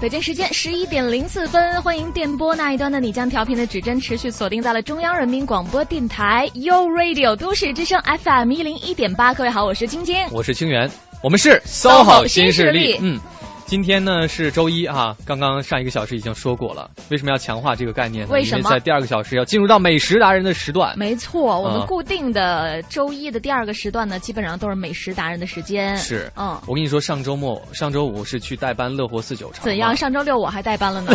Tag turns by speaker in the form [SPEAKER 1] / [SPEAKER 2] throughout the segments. [SPEAKER 1] 北京时间十一点零四分，欢迎电波那一端的你将调频的指针持续锁定在了中央人民广播电台 u Radio 都市之声 FM 一零一点八。各位好，我是晶晶，
[SPEAKER 2] 我是清源，我们是
[SPEAKER 1] SOHO 新势
[SPEAKER 2] 势
[SPEAKER 1] 力
[SPEAKER 2] 嗯，今天呢是周一啊，刚刚上一个小时已经说过了，为什么要强化这个概念呢？
[SPEAKER 1] 为什么
[SPEAKER 2] 因为在第二个小时要进入到美食达人的时段。
[SPEAKER 1] 没错，我们
[SPEAKER 2] 啊
[SPEAKER 1] 固定的周一的第二个时段呢，基本上都是美食达人的时间。
[SPEAKER 2] 是，
[SPEAKER 1] 嗯，
[SPEAKER 2] 我跟你说，上周末、上周五是去代班乐活四九城。
[SPEAKER 1] 怎样？？上周六我还代班了呢，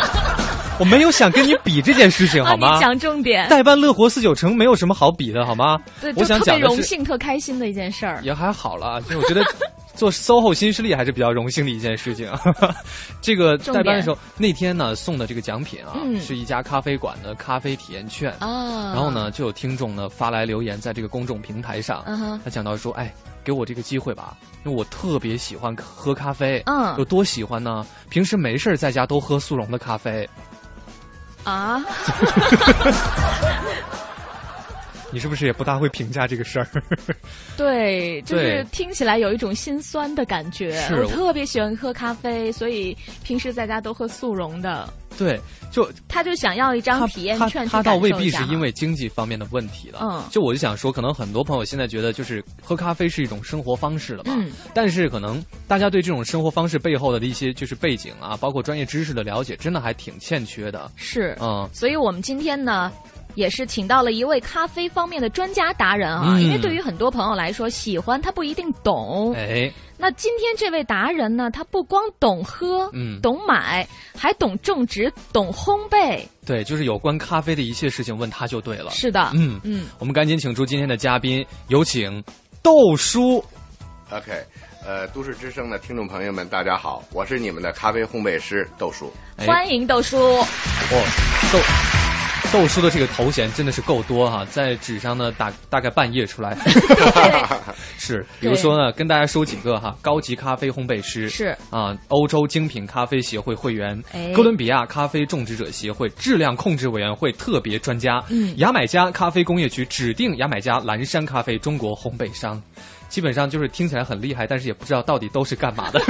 [SPEAKER 2] 我没有想跟你比这件事情， 好
[SPEAKER 1] 啊
[SPEAKER 2] 吗
[SPEAKER 1] 你？讲重点，
[SPEAKER 2] 代班乐活四九城没有什么好比的，好吗？
[SPEAKER 1] 对，就
[SPEAKER 2] 我想
[SPEAKER 1] 特别
[SPEAKER 2] 讲的
[SPEAKER 1] 荣
[SPEAKER 2] 是，
[SPEAKER 1] 幸、特开心的一件事儿。
[SPEAKER 2] 也还好啦，就我觉得 做 SOHO 新势力还是比较荣幸的一件事情。啊 这个
[SPEAKER 1] 重
[SPEAKER 2] 代班
[SPEAKER 1] 点
[SPEAKER 2] 的时候，那天呢送的这个奖品啊，
[SPEAKER 1] 嗯
[SPEAKER 2] 是一家咖啡馆的咖啡体验券。
[SPEAKER 1] 啊，
[SPEAKER 2] 然后？呢，就有听众呢发来留言，在这个公众平台上，
[SPEAKER 1] 嗯哼，
[SPEAKER 2] 他讲到说：“哎，给我这个机会吧，因为我特别喜欢喝咖啡。
[SPEAKER 1] 嗯
[SPEAKER 2] 有多喜欢呢？平时没事儿在家都喝速溶的咖啡。
[SPEAKER 1] 啊，
[SPEAKER 2] 你是不是也不大会评价这个事 儿？
[SPEAKER 1] 对，就是
[SPEAKER 2] 对
[SPEAKER 1] 听起来有一种心酸的感觉。
[SPEAKER 2] 是
[SPEAKER 1] 我特别喜欢喝咖啡，所以平时在家都喝速溶的。
[SPEAKER 2] 对，就
[SPEAKER 1] 他就想要一张
[SPEAKER 2] 他
[SPEAKER 1] 体验
[SPEAKER 2] 他
[SPEAKER 1] 券去
[SPEAKER 2] 他倒
[SPEAKER 1] 感
[SPEAKER 2] 未
[SPEAKER 1] 受一
[SPEAKER 2] 必
[SPEAKER 1] 下
[SPEAKER 2] 是
[SPEAKER 1] 嘛
[SPEAKER 2] 因为经济方面的问题了。
[SPEAKER 1] 嗯
[SPEAKER 2] 就我就想说，可能很多朋友现在觉得，就是喝咖啡是一种生活方式了嘛。
[SPEAKER 1] 嗯
[SPEAKER 2] 但是可能大家对这种生活方式背后的一些就是背景啊，包括专业知识的了解，真的还挺欠缺的。
[SPEAKER 1] 是，
[SPEAKER 2] 嗯，
[SPEAKER 1] 所以我们今天呢。也是请到了一位咖啡方面的专家达人啊，
[SPEAKER 2] 嗯
[SPEAKER 1] 因为对于很多朋友来说，喜欢他不一定懂。
[SPEAKER 2] 哎，
[SPEAKER 1] 那今天这位达人呢，他不光懂喝、
[SPEAKER 2] 嗯
[SPEAKER 1] 懂买，还懂种植、懂烘焙。
[SPEAKER 2] 对，就是有关咖啡的一切事情，问他就对了。
[SPEAKER 1] 是的，
[SPEAKER 2] 哦嗯，
[SPEAKER 1] 嗯，
[SPEAKER 2] 我们赶紧请出今天的嘉宾，有请豆叔。
[SPEAKER 3] OK，呃，都市之声的听众朋友们，大家好，我是你们的咖啡烘焙师豆叔。
[SPEAKER 2] 哎
[SPEAKER 1] 欢迎豆叔。
[SPEAKER 2] 哦，豆豆叔的这个头衔真的是够多哈、在纸上呢大大概半页 出来。是，比如说呢，跟大家说几个哈，高级咖啡烘焙师
[SPEAKER 1] 是
[SPEAKER 2] 啊，欧洲精品咖啡协会会员，
[SPEAKER 1] 哎
[SPEAKER 2] 哥伦比亚咖啡种植者协会质量控制委员会特别专家，
[SPEAKER 1] 嗯
[SPEAKER 2] 牙买加咖啡工业局指定牙买加蓝山咖啡中国烘焙商。基本上就是听起来很厉害，但是也不知道到底都是干嘛的。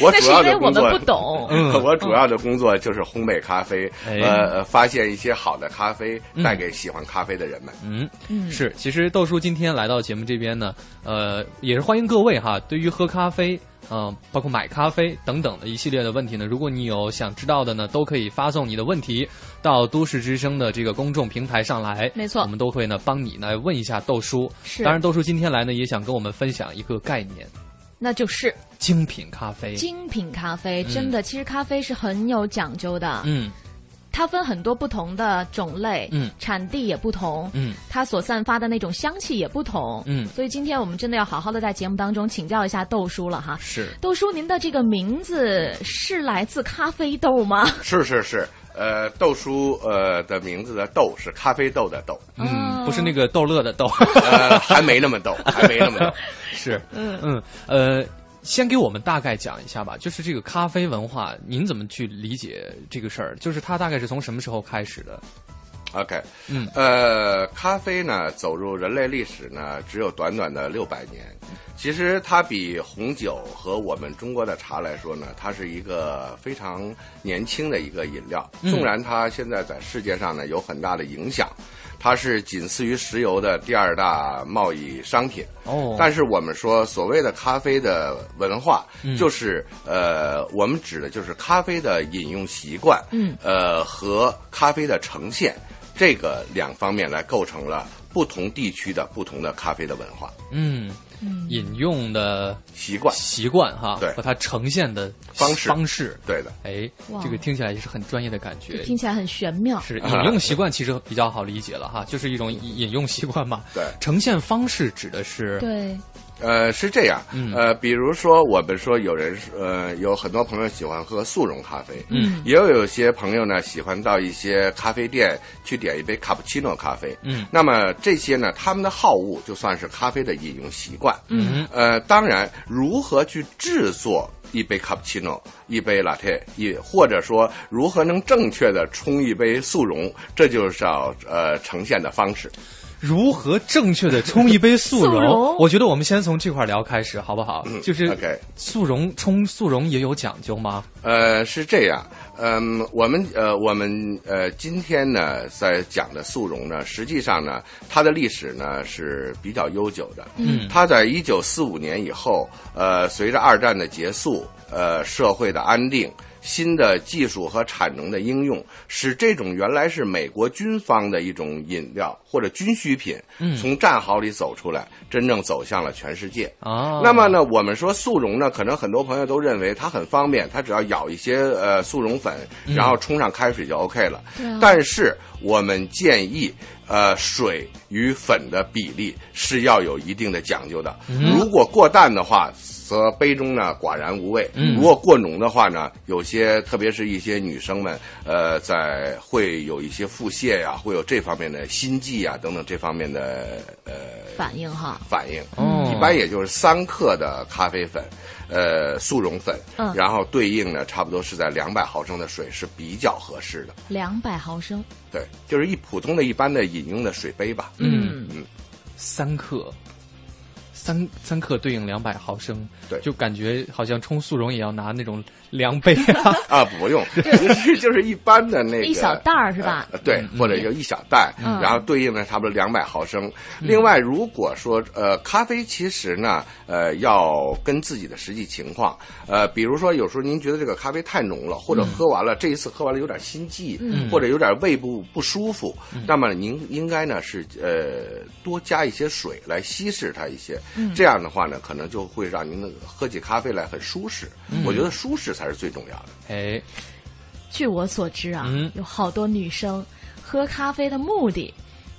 [SPEAKER 3] 我
[SPEAKER 1] 那是
[SPEAKER 3] 主
[SPEAKER 1] 因
[SPEAKER 3] 要
[SPEAKER 1] 为
[SPEAKER 3] 的
[SPEAKER 1] 我
[SPEAKER 3] 工
[SPEAKER 1] 们
[SPEAKER 3] 作，
[SPEAKER 1] 不 懂。
[SPEAKER 3] 我主要的工作就是烘焙咖啡，
[SPEAKER 2] 嗯哎
[SPEAKER 3] 呃，呃发现一些好的咖啡
[SPEAKER 2] 嗯，
[SPEAKER 3] 带给喜欢咖啡的人们。
[SPEAKER 2] 嗯，
[SPEAKER 1] 嗯
[SPEAKER 2] 是，其实豆叔今天来到节目这边呢，呃，也是欢迎各位哈，对于喝咖啡。嗯、包括买咖啡等等的一系列的问题呢，如果你有想知道的呢，都可以发送你的问题到都市之声的这个公众平台上来。
[SPEAKER 1] 没错
[SPEAKER 2] 我们都会呢帮你来问一下豆叔。
[SPEAKER 1] 是
[SPEAKER 2] 当然豆叔今天来呢，也想跟我们分享一个概念
[SPEAKER 1] 那就是
[SPEAKER 2] ——精品咖啡。
[SPEAKER 1] 精品咖啡，
[SPEAKER 2] 嗯
[SPEAKER 1] 真的，其实咖啡是很有讲究的，
[SPEAKER 2] 嗯
[SPEAKER 1] 它分很多不同的种类，
[SPEAKER 2] 嗯
[SPEAKER 1] 产地也不同，
[SPEAKER 2] 嗯
[SPEAKER 1] 它所散发的那种香气也不同，
[SPEAKER 2] 嗯
[SPEAKER 1] 所以今天我们真的要好好的在节目当中请教一下豆叔了哈。
[SPEAKER 2] 是
[SPEAKER 1] 豆叔，您的这个名字是来自咖啡豆吗？
[SPEAKER 3] 是是是，呃，豆叔呃的名字的豆是咖啡豆的豆，
[SPEAKER 1] 呃哦
[SPEAKER 2] 嗯，不是那个逗乐的逗。
[SPEAKER 3] 呃，还没那么逗，还没那么逗。
[SPEAKER 2] 是，嗯嗯呃，先给我们大概讲一下吧，就是这个咖啡文化，您怎么去理解这个事儿？就是它大概是从什么时候开始的？
[SPEAKER 3] OK，
[SPEAKER 2] 嗯，
[SPEAKER 3] 呃，咖啡呢走入人类历史呢只有短短的六百年，其实它比红酒和我们中国的茶来说呢，它是一个非常年轻的一个饮料。
[SPEAKER 2] 嗯
[SPEAKER 3] 纵然它现在在世界上呢有很大的影响，它是仅次于石油的第二大贸易商品。
[SPEAKER 2] 哦
[SPEAKER 3] 但是我们说所谓的咖啡的文化，就是呃，我们指的就是咖啡的饮用习惯，
[SPEAKER 1] 嗯，
[SPEAKER 3] 呃，和咖啡的呈现这个两方面来构成了不同地区的不同的咖啡的文化
[SPEAKER 2] 嗯，饮用的
[SPEAKER 3] 习惯。
[SPEAKER 2] 习惯哈，
[SPEAKER 3] 对
[SPEAKER 2] 和它呈现的
[SPEAKER 3] 方式
[SPEAKER 2] 方式，
[SPEAKER 3] 对的，
[SPEAKER 2] 哎
[SPEAKER 1] 哇，
[SPEAKER 2] 这个听起来也是很专业的感
[SPEAKER 1] 这
[SPEAKER 2] 觉。
[SPEAKER 1] 听起来很玄妙。
[SPEAKER 2] 是饮用习惯其实比较好理解了哈，就是一种饮饮用习惯嘛。
[SPEAKER 3] 对
[SPEAKER 2] 呈现方式指的是
[SPEAKER 1] 嗯对，
[SPEAKER 3] 呃，是这样，
[SPEAKER 2] 嗯
[SPEAKER 3] 呃，比如说我们说有人呃，有很多朋友喜欢喝速溶咖啡，
[SPEAKER 2] 嗯，
[SPEAKER 3] 也有有些朋友呢喜欢到一些咖啡店去点一杯卡布奇诺咖啡，
[SPEAKER 2] 嗯
[SPEAKER 3] 那么这些呢，他们的好恶就算是咖啡的饮用习惯，
[SPEAKER 2] 嗯
[SPEAKER 3] 呃，当然，如何去制作一杯卡布奇诺、一杯 latte，一或者说如何能正确的冲一杯速溶，这就是要呃呈现的方式。
[SPEAKER 2] 如何正确的冲一杯速
[SPEAKER 1] 速溶
[SPEAKER 2] 我觉得我们先从这块聊开始，好不好？
[SPEAKER 3] 嗯
[SPEAKER 2] 就是
[SPEAKER 3] ，OK
[SPEAKER 2] 速溶冲速溶也有讲究吗？
[SPEAKER 3] 呃，是这样，嗯，我们呃，我们呃，今天呢，在讲的速溶呢，实际上呢，它的历史呢是比较悠久的。
[SPEAKER 2] 嗯
[SPEAKER 3] 它在一九四五年以后，呃，随着二战的结束，呃，社会的安定。新的技术和产能的应用，使这种原来是美国军方的一种饮料或者军需品，从战壕里走出来，真正走向了全世界。
[SPEAKER 1] 哦
[SPEAKER 2] 啊，
[SPEAKER 3] 那么呢，我们说速溶呢，可能很多朋友都认为它很方便，它只要舀一些呃速溶粉，然后冲上开水就 OK 了。
[SPEAKER 1] 嗯对啊
[SPEAKER 3] 但是我们建议，呃，水与粉的比例是要有一定的讲究的。
[SPEAKER 1] 嗯
[SPEAKER 3] 如果过淡的话，则杯中呢寡然无味；
[SPEAKER 1] 嗯
[SPEAKER 3] 如果过浓的话呢，有些特别是一些女生们，呃，在会有一些腹泻呀、会有这方面的心悸呀、等等这方面的呃
[SPEAKER 1] 反应哈，
[SPEAKER 3] 反应。
[SPEAKER 2] 哦
[SPEAKER 3] 一般也就是三克的咖啡粉，呃，速溶粉，
[SPEAKER 1] 嗯
[SPEAKER 3] 然后对应呢，差不多是在两百毫升的水是比较合适的。
[SPEAKER 1] 两百毫升，
[SPEAKER 3] 对，就是一普通的一般的饮用的水杯吧。
[SPEAKER 1] 嗯，
[SPEAKER 2] 三克，三三克对应两百毫升，
[SPEAKER 3] 对
[SPEAKER 2] 就感觉好像冲速溶也要拿那种量杯 啊。
[SPEAKER 3] 啊，不 用，就是就是一般的那个
[SPEAKER 1] 一小袋儿是吧？
[SPEAKER 3] 呃对，或者有一小袋，
[SPEAKER 1] 嗯
[SPEAKER 3] 然后对应的差不多两百毫升。另外，如果说呃，咖啡其实呢，呃，要跟自己的实际情况，呃，比如说有时候您觉得这个咖啡太浓了，或者喝完了、这一次喝完了有点心悸，或者有点胃部不舒服，那么您应该呢是呃多加一些水来稀释它一些，这样的话呢，可能就会让您喝起咖啡来很舒适。我觉得舒适才是最重要的。
[SPEAKER 2] 哎，
[SPEAKER 1] 据我所知啊，
[SPEAKER 2] 嗯
[SPEAKER 1] 有好多女生喝咖啡的目的，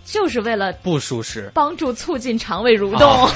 [SPEAKER 1] 就是为了
[SPEAKER 2] 不舒适。
[SPEAKER 1] 帮助促进肠胃蠕动。
[SPEAKER 2] 啊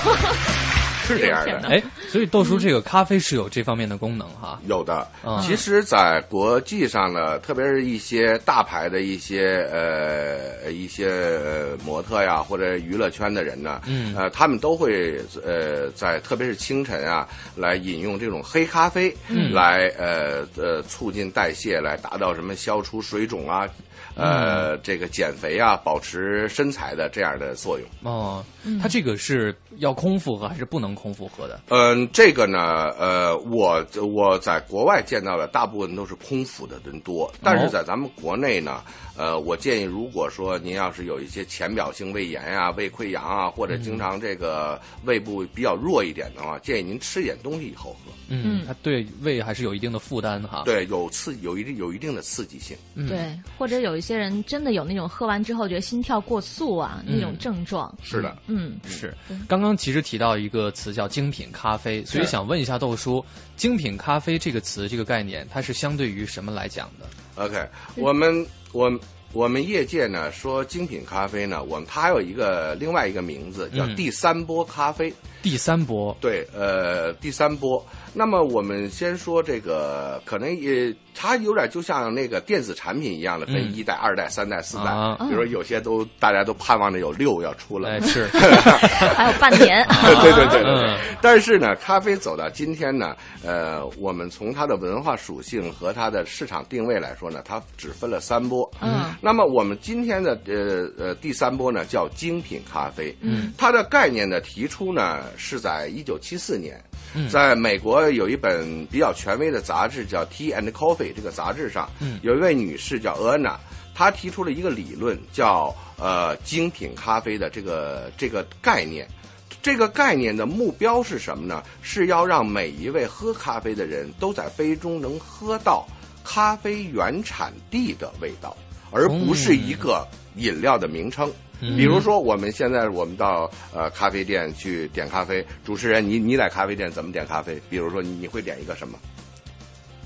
[SPEAKER 3] 是这样
[SPEAKER 1] 有可
[SPEAKER 3] 的
[SPEAKER 1] 能。
[SPEAKER 2] 哎，所以豆叔这个咖啡是有这方面的功能哈。
[SPEAKER 3] 有的
[SPEAKER 2] 嗯，
[SPEAKER 3] 其实，在国际上呢，特别是一些大牌的一些呃一些呃模特呀，或者娱乐圈的人呢，
[SPEAKER 2] 嗯
[SPEAKER 3] 呃，他们都会呃在特别是清晨啊，来饮用这种黑咖啡，
[SPEAKER 2] 嗯
[SPEAKER 3] 来呃呃促进代谢，来达到什么消除水肿啊，呃、
[SPEAKER 2] 嗯
[SPEAKER 3] 这个减肥啊，保持身材的这样的作用。
[SPEAKER 2] 哦，它这个是要空腹喝还是不能空腹喝的？
[SPEAKER 3] 嗯，这个呢，呃，我我在国外见到的大部分都是空腹的人多，但是在咱们国内呢，呃，我建议如果说您要是有一些浅表性胃炎啊、胃溃疡啊，或者经常这个胃部比较弱一点的话，建议您吃点东西以后喝，
[SPEAKER 2] 嗯，
[SPEAKER 1] 嗯
[SPEAKER 2] 它对胃还是有一定的负担哈。，
[SPEAKER 3] 对，有刺有一定有一定的刺激性。
[SPEAKER 2] 嗯、
[SPEAKER 1] 对，或者有一些人真的有那种喝完之后觉得心跳过速啊、那种症状。
[SPEAKER 3] 是的，
[SPEAKER 1] 嗯，
[SPEAKER 2] 是
[SPEAKER 1] 对，
[SPEAKER 2] 刚刚其实提到一个词叫精品咖啡，所以想问一下豆叔，精品咖啡这个词这个概念，它是相对于什么来讲的？
[SPEAKER 3] OK，我们我们我们业界呢说精品咖啡呢，我们它还有一个另外一个名字叫
[SPEAKER 2] 嗯
[SPEAKER 3] 第三波咖啡。
[SPEAKER 2] 第三波，
[SPEAKER 3] 对，呃，第三波。那么我们先说这个，可能也它有点就像那个电子产品一样的，分
[SPEAKER 2] 嗯
[SPEAKER 3] 一代、二代、三代、四代。
[SPEAKER 2] 啊
[SPEAKER 3] 比如说有些都大家都盼望着有六要出来
[SPEAKER 2] 哎，，是，
[SPEAKER 1] 嗯还有半 年。
[SPEAKER 3] 对对对对对
[SPEAKER 2] 嗯。
[SPEAKER 3] 但是呢，咖啡走到今天呢，呃，我们从它的文化属性和它的市场定位来说呢，它只分了三波。
[SPEAKER 1] 嗯，
[SPEAKER 3] 那么我们今天的呃呃第三波呢叫精品咖啡，
[SPEAKER 1] 嗯，
[SPEAKER 3] 它的概念的提出呢是在一九七四年
[SPEAKER 2] 嗯，
[SPEAKER 3] 在美国有一本比较权威的杂志叫《Tea and Coffee》这个杂志上，
[SPEAKER 2] 嗯
[SPEAKER 3] 有一位女士叫 Anna，她提出了一个理论叫呃精品咖啡的这个这个概念。这个概念的目标是什么呢？是要让每一位喝咖啡的人都在杯中能喝到咖啡原产地的味道，而不
[SPEAKER 2] 哦
[SPEAKER 3] 是一个饮料的名称。
[SPEAKER 2] 嗯
[SPEAKER 3] 比如说，我们现在我们到呃咖啡店去点咖啡，主持人，你你在咖啡店怎么点咖啡？比如说你，你会点一个 什么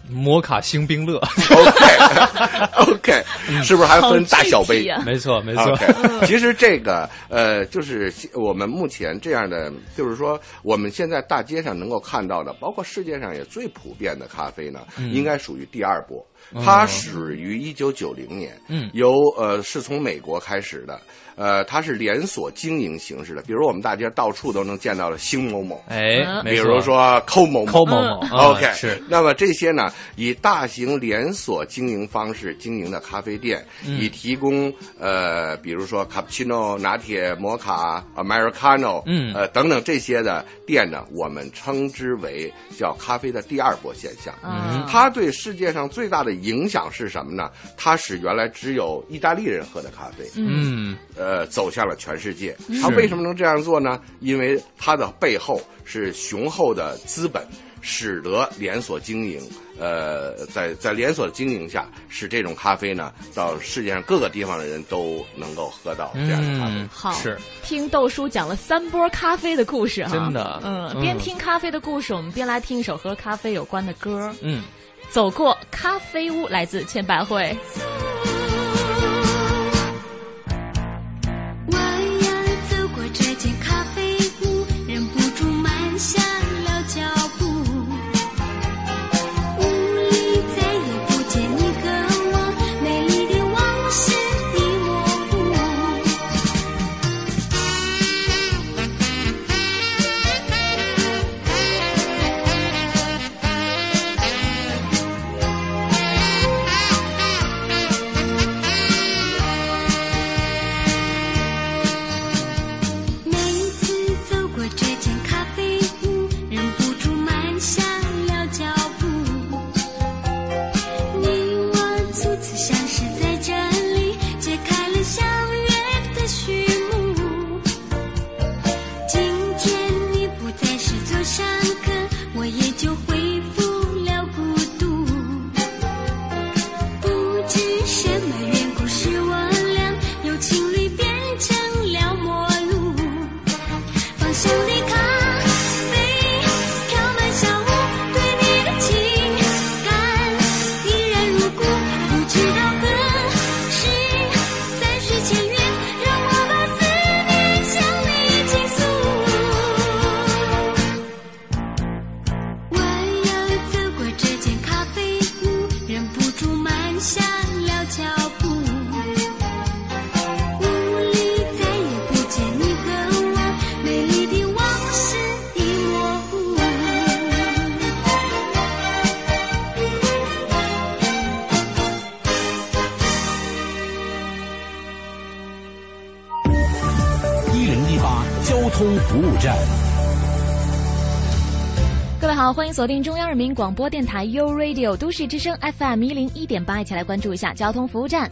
[SPEAKER 2] 摩卡星冰 乐，
[SPEAKER 3] ？OK OK，是不是还
[SPEAKER 1] 好
[SPEAKER 3] 分大
[SPEAKER 1] 具
[SPEAKER 3] 小
[SPEAKER 1] 体啊
[SPEAKER 3] 杯？
[SPEAKER 1] 呀
[SPEAKER 2] 没错嗯没错，
[SPEAKER 3] OK，其实这个呃，就是我们目前这样的，就是说我们现在大街上能够看到的，包括世界上也最普遍的咖啡呢，
[SPEAKER 2] 嗯
[SPEAKER 3] 应该属于第二波。它始于一九九零年，
[SPEAKER 2] 嗯
[SPEAKER 3] 由呃是从美国开始的，呃，它是连锁经营形式的，比如我们大街到处都能见到的星某某，
[SPEAKER 2] 哎，
[SPEAKER 1] 嗯
[SPEAKER 2] 没
[SPEAKER 3] 比
[SPEAKER 2] 错
[SPEAKER 3] 如说寇某某，
[SPEAKER 2] 抠某某
[SPEAKER 1] 嗯
[SPEAKER 2] 啊
[SPEAKER 3] OK，
[SPEAKER 2] 是，
[SPEAKER 3] 那么这些呢，以大型连锁经营方式经营的咖啡店，
[SPEAKER 2] 嗯
[SPEAKER 3] 以提供呃，比如说 cappuccino、拿铁、摩卡、Americano，
[SPEAKER 2] 嗯
[SPEAKER 3] 呃等等这些的店呢，我们称之为叫咖啡的第二波现象。
[SPEAKER 1] 嗯
[SPEAKER 3] 它对世界上最大的影响是什么呢？它使原来只有意大利人喝的咖啡，
[SPEAKER 1] 嗯
[SPEAKER 2] 嗯
[SPEAKER 3] 呃，走向了全世界。它为什么能这样做呢？因为它的背后是雄厚的资本，使得连锁经营，呃，在在连锁经营下，使这种咖啡呢，到世界上各个地方的人都能够喝到这样的咖啡。
[SPEAKER 2] 嗯，
[SPEAKER 1] 好
[SPEAKER 2] 是
[SPEAKER 1] 听豆叔讲了三波咖啡的故事哈，
[SPEAKER 2] 真的
[SPEAKER 1] 嗯，
[SPEAKER 2] 嗯
[SPEAKER 1] 边听咖啡的故事，我们边来听一首和咖啡有关的歌儿。
[SPEAKER 2] 嗯。
[SPEAKER 1] 走过咖啡屋，来自千百惠。
[SPEAKER 4] 我要走过这间咖啡屋，忍不住慢下了脚步。屋里再也不见你和我，美丽的往事已模糊。每次走过这间咖啡屋，忍不住慢下了脚步。你我初次相识在这里，揭开了相约的序幕。今天你不再是座上客，我也就恢复了孤独。不知什么缘故，使我俩由情侣变成了陌路。芳香的咖啡飘满小屋，对你的情感依然如故。不知道何时山水前缘，让我把思念向你倾诉。我要走过这间咖啡屋，忍不住慢下了脚步。屋里再也不见你和我，美丽的往事已模糊。
[SPEAKER 5] 一零一八交通服务站。
[SPEAKER 1] 各位好，欢迎锁定中央人民广播电台 u Radio 都市之声 FM 一零一点八，一起来关注一下交通服务站。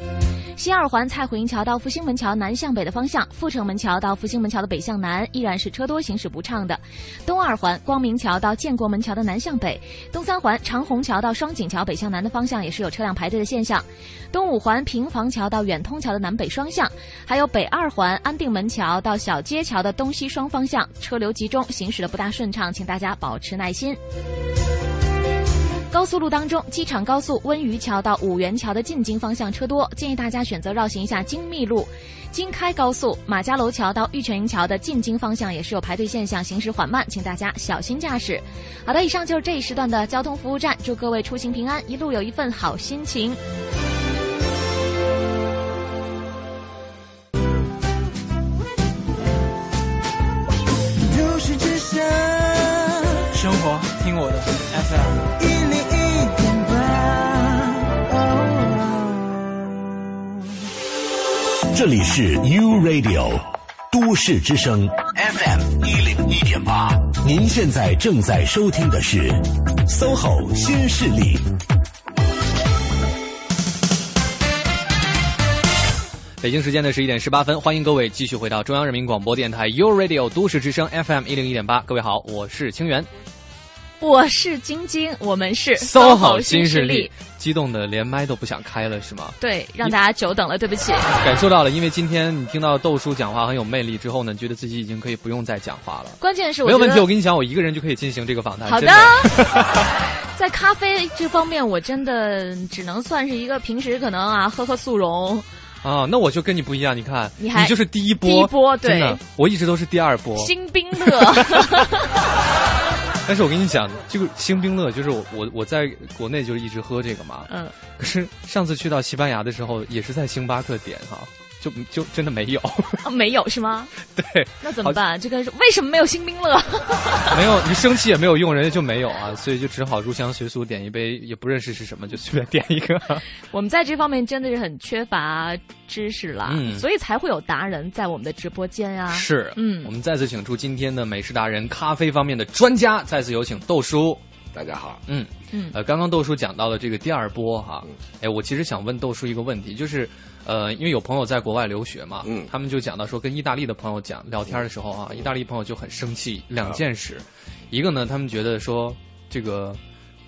[SPEAKER 1] 西二环蔡胡营桥到复兴门桥南向北的方向，阜成门桥到复兴门桥的北向南依然是车多行驶不畅的；东二环光明桥到建国门桥的南向北，东三环长虹桥到双井桥北向南的方向也是有车辆排队的现象；东五环平房桥到远通桥的南北双向，还有北二环安定门桥到小街桥的东西双方向车流集中，行驶的不大顺畅，请大家保持耐心。高速路当中，机场高速温榆桥到五元桥的进京方向车多，建议大家选择绕行一下京密路。京开高速马家楼桥到玉泉营桥的进京方向也是有排队现象，行驶缓慢，请大家小心驾驶。好的，以上就是这一时段的交通服务站，祝各位出行平安，一路有一份好心情。
[SPEAKER 6] 都市之声
[SPEAKER 7] 生活听我的 FM。
[SPEAKER 6] 一零一点八
[SPEAKER 5] 这里是 U Radio 都市之声 FM 一零一点八，您现在正在收听的是 SOHO 新势力。
[SPEAKER 2] 北京时间的十一点十八分，欢迎各位继续回到中央人民广播电台 u Radio 都市之声 FM 一零一点八。各位好，我是清源
[SPEAKER 1] 我是晶晶，我们是
[SPEAKER 2] SOHO 新
[SPEAKER 1] 势
[SPEAKER 2] 势力，，激动的连麦都不想开了是吗？
[SPEAKER 1] 对，让大家久等了，对不起。
[SPEAKER 2] 感受到了，因为今天你听到豆叔讲话很有魅力之后呢，觉得自己已经可以不用再讲话了。
[SPEAKER 1] 关键是我
[SPEAKER 2] 没有
[SPEAKER 1] 觉
[SPEAKER 2] 问
[SPEAKER 1] 得
[SPEAKER 2] 题，我跟你讲，我一个人就可以进行这个访谈。
[SPEAKER 1] 好
[SPEAKER 2] 真
[SPEAKER 1] 的
[SPEAKER 2] 的，
[SPEAKER 1] 在咖啡这方面，我真的只能算是一个平时可能啊喝喝速溶，
[SPEAKER 2] 啊，那我就跟你不一样，你看，
[SPEAKER 1] 你还
[SPEAKER 2] 就是第一波，
[SPEAKER 1] 第一波对
[SPEAKER 2] 真的，我一直都是第二波。
[SPEAKER 1] 新冰乐。
[SPEAKER 2] 但是我跟你讲，这个星冰乐就是我我我在国内就是一直喝这个嘛，
[SPEAKER 1] 嗯，
[SPEAKER 2] 可是上次去到西班牙的时候，也是在星巴克点哈、就就真的没有，
[SPEAKER 1] 啊没有是吗？
[SPEAKER 2] 对，
[SPEAKER 1] 那怎么办？这个是为什么没有新兵乐？
[SPEAKER 2] 没有，你生气也没有用，人家就没有啊，所以就只好入乡随俗，点一杯也不认识是什么，就随便点一个。
[SPEAKER 1] 我们在这方面真的是很缺乏知识啦，
[SPEAKER 2] 嗯
[SPEAKER 1] 所以才会有达人在我们的直播间啊。
[SPEAKER 2] 是，
[SPEAKER 1] 嗯
[SPEAKER 2] 我们再次请出今天的美食达人、咖啡方面的专家，再次有请豆叔。
[SPEAKER 3] 大家好，
[SPEAKER 2] 嗯
[SPEAKER 1] 嗯
[SPEAKER 2] 呃，刚刚豆叔讲到了这个第二波哈，
[SPEAKER 3] 嗯
[SPEAKER 2] 哎，我其实想问豆叔一个问题，就是，呃，因为有朋友在国外留学嘛，
[SPEAKER 3] 嗯
[SPEAKER 2] 他们就讲到说，跟意大利的朋友讲聊天的时候啊，意大利朋友就很生气两件事，一个呢，他们觉得说这个。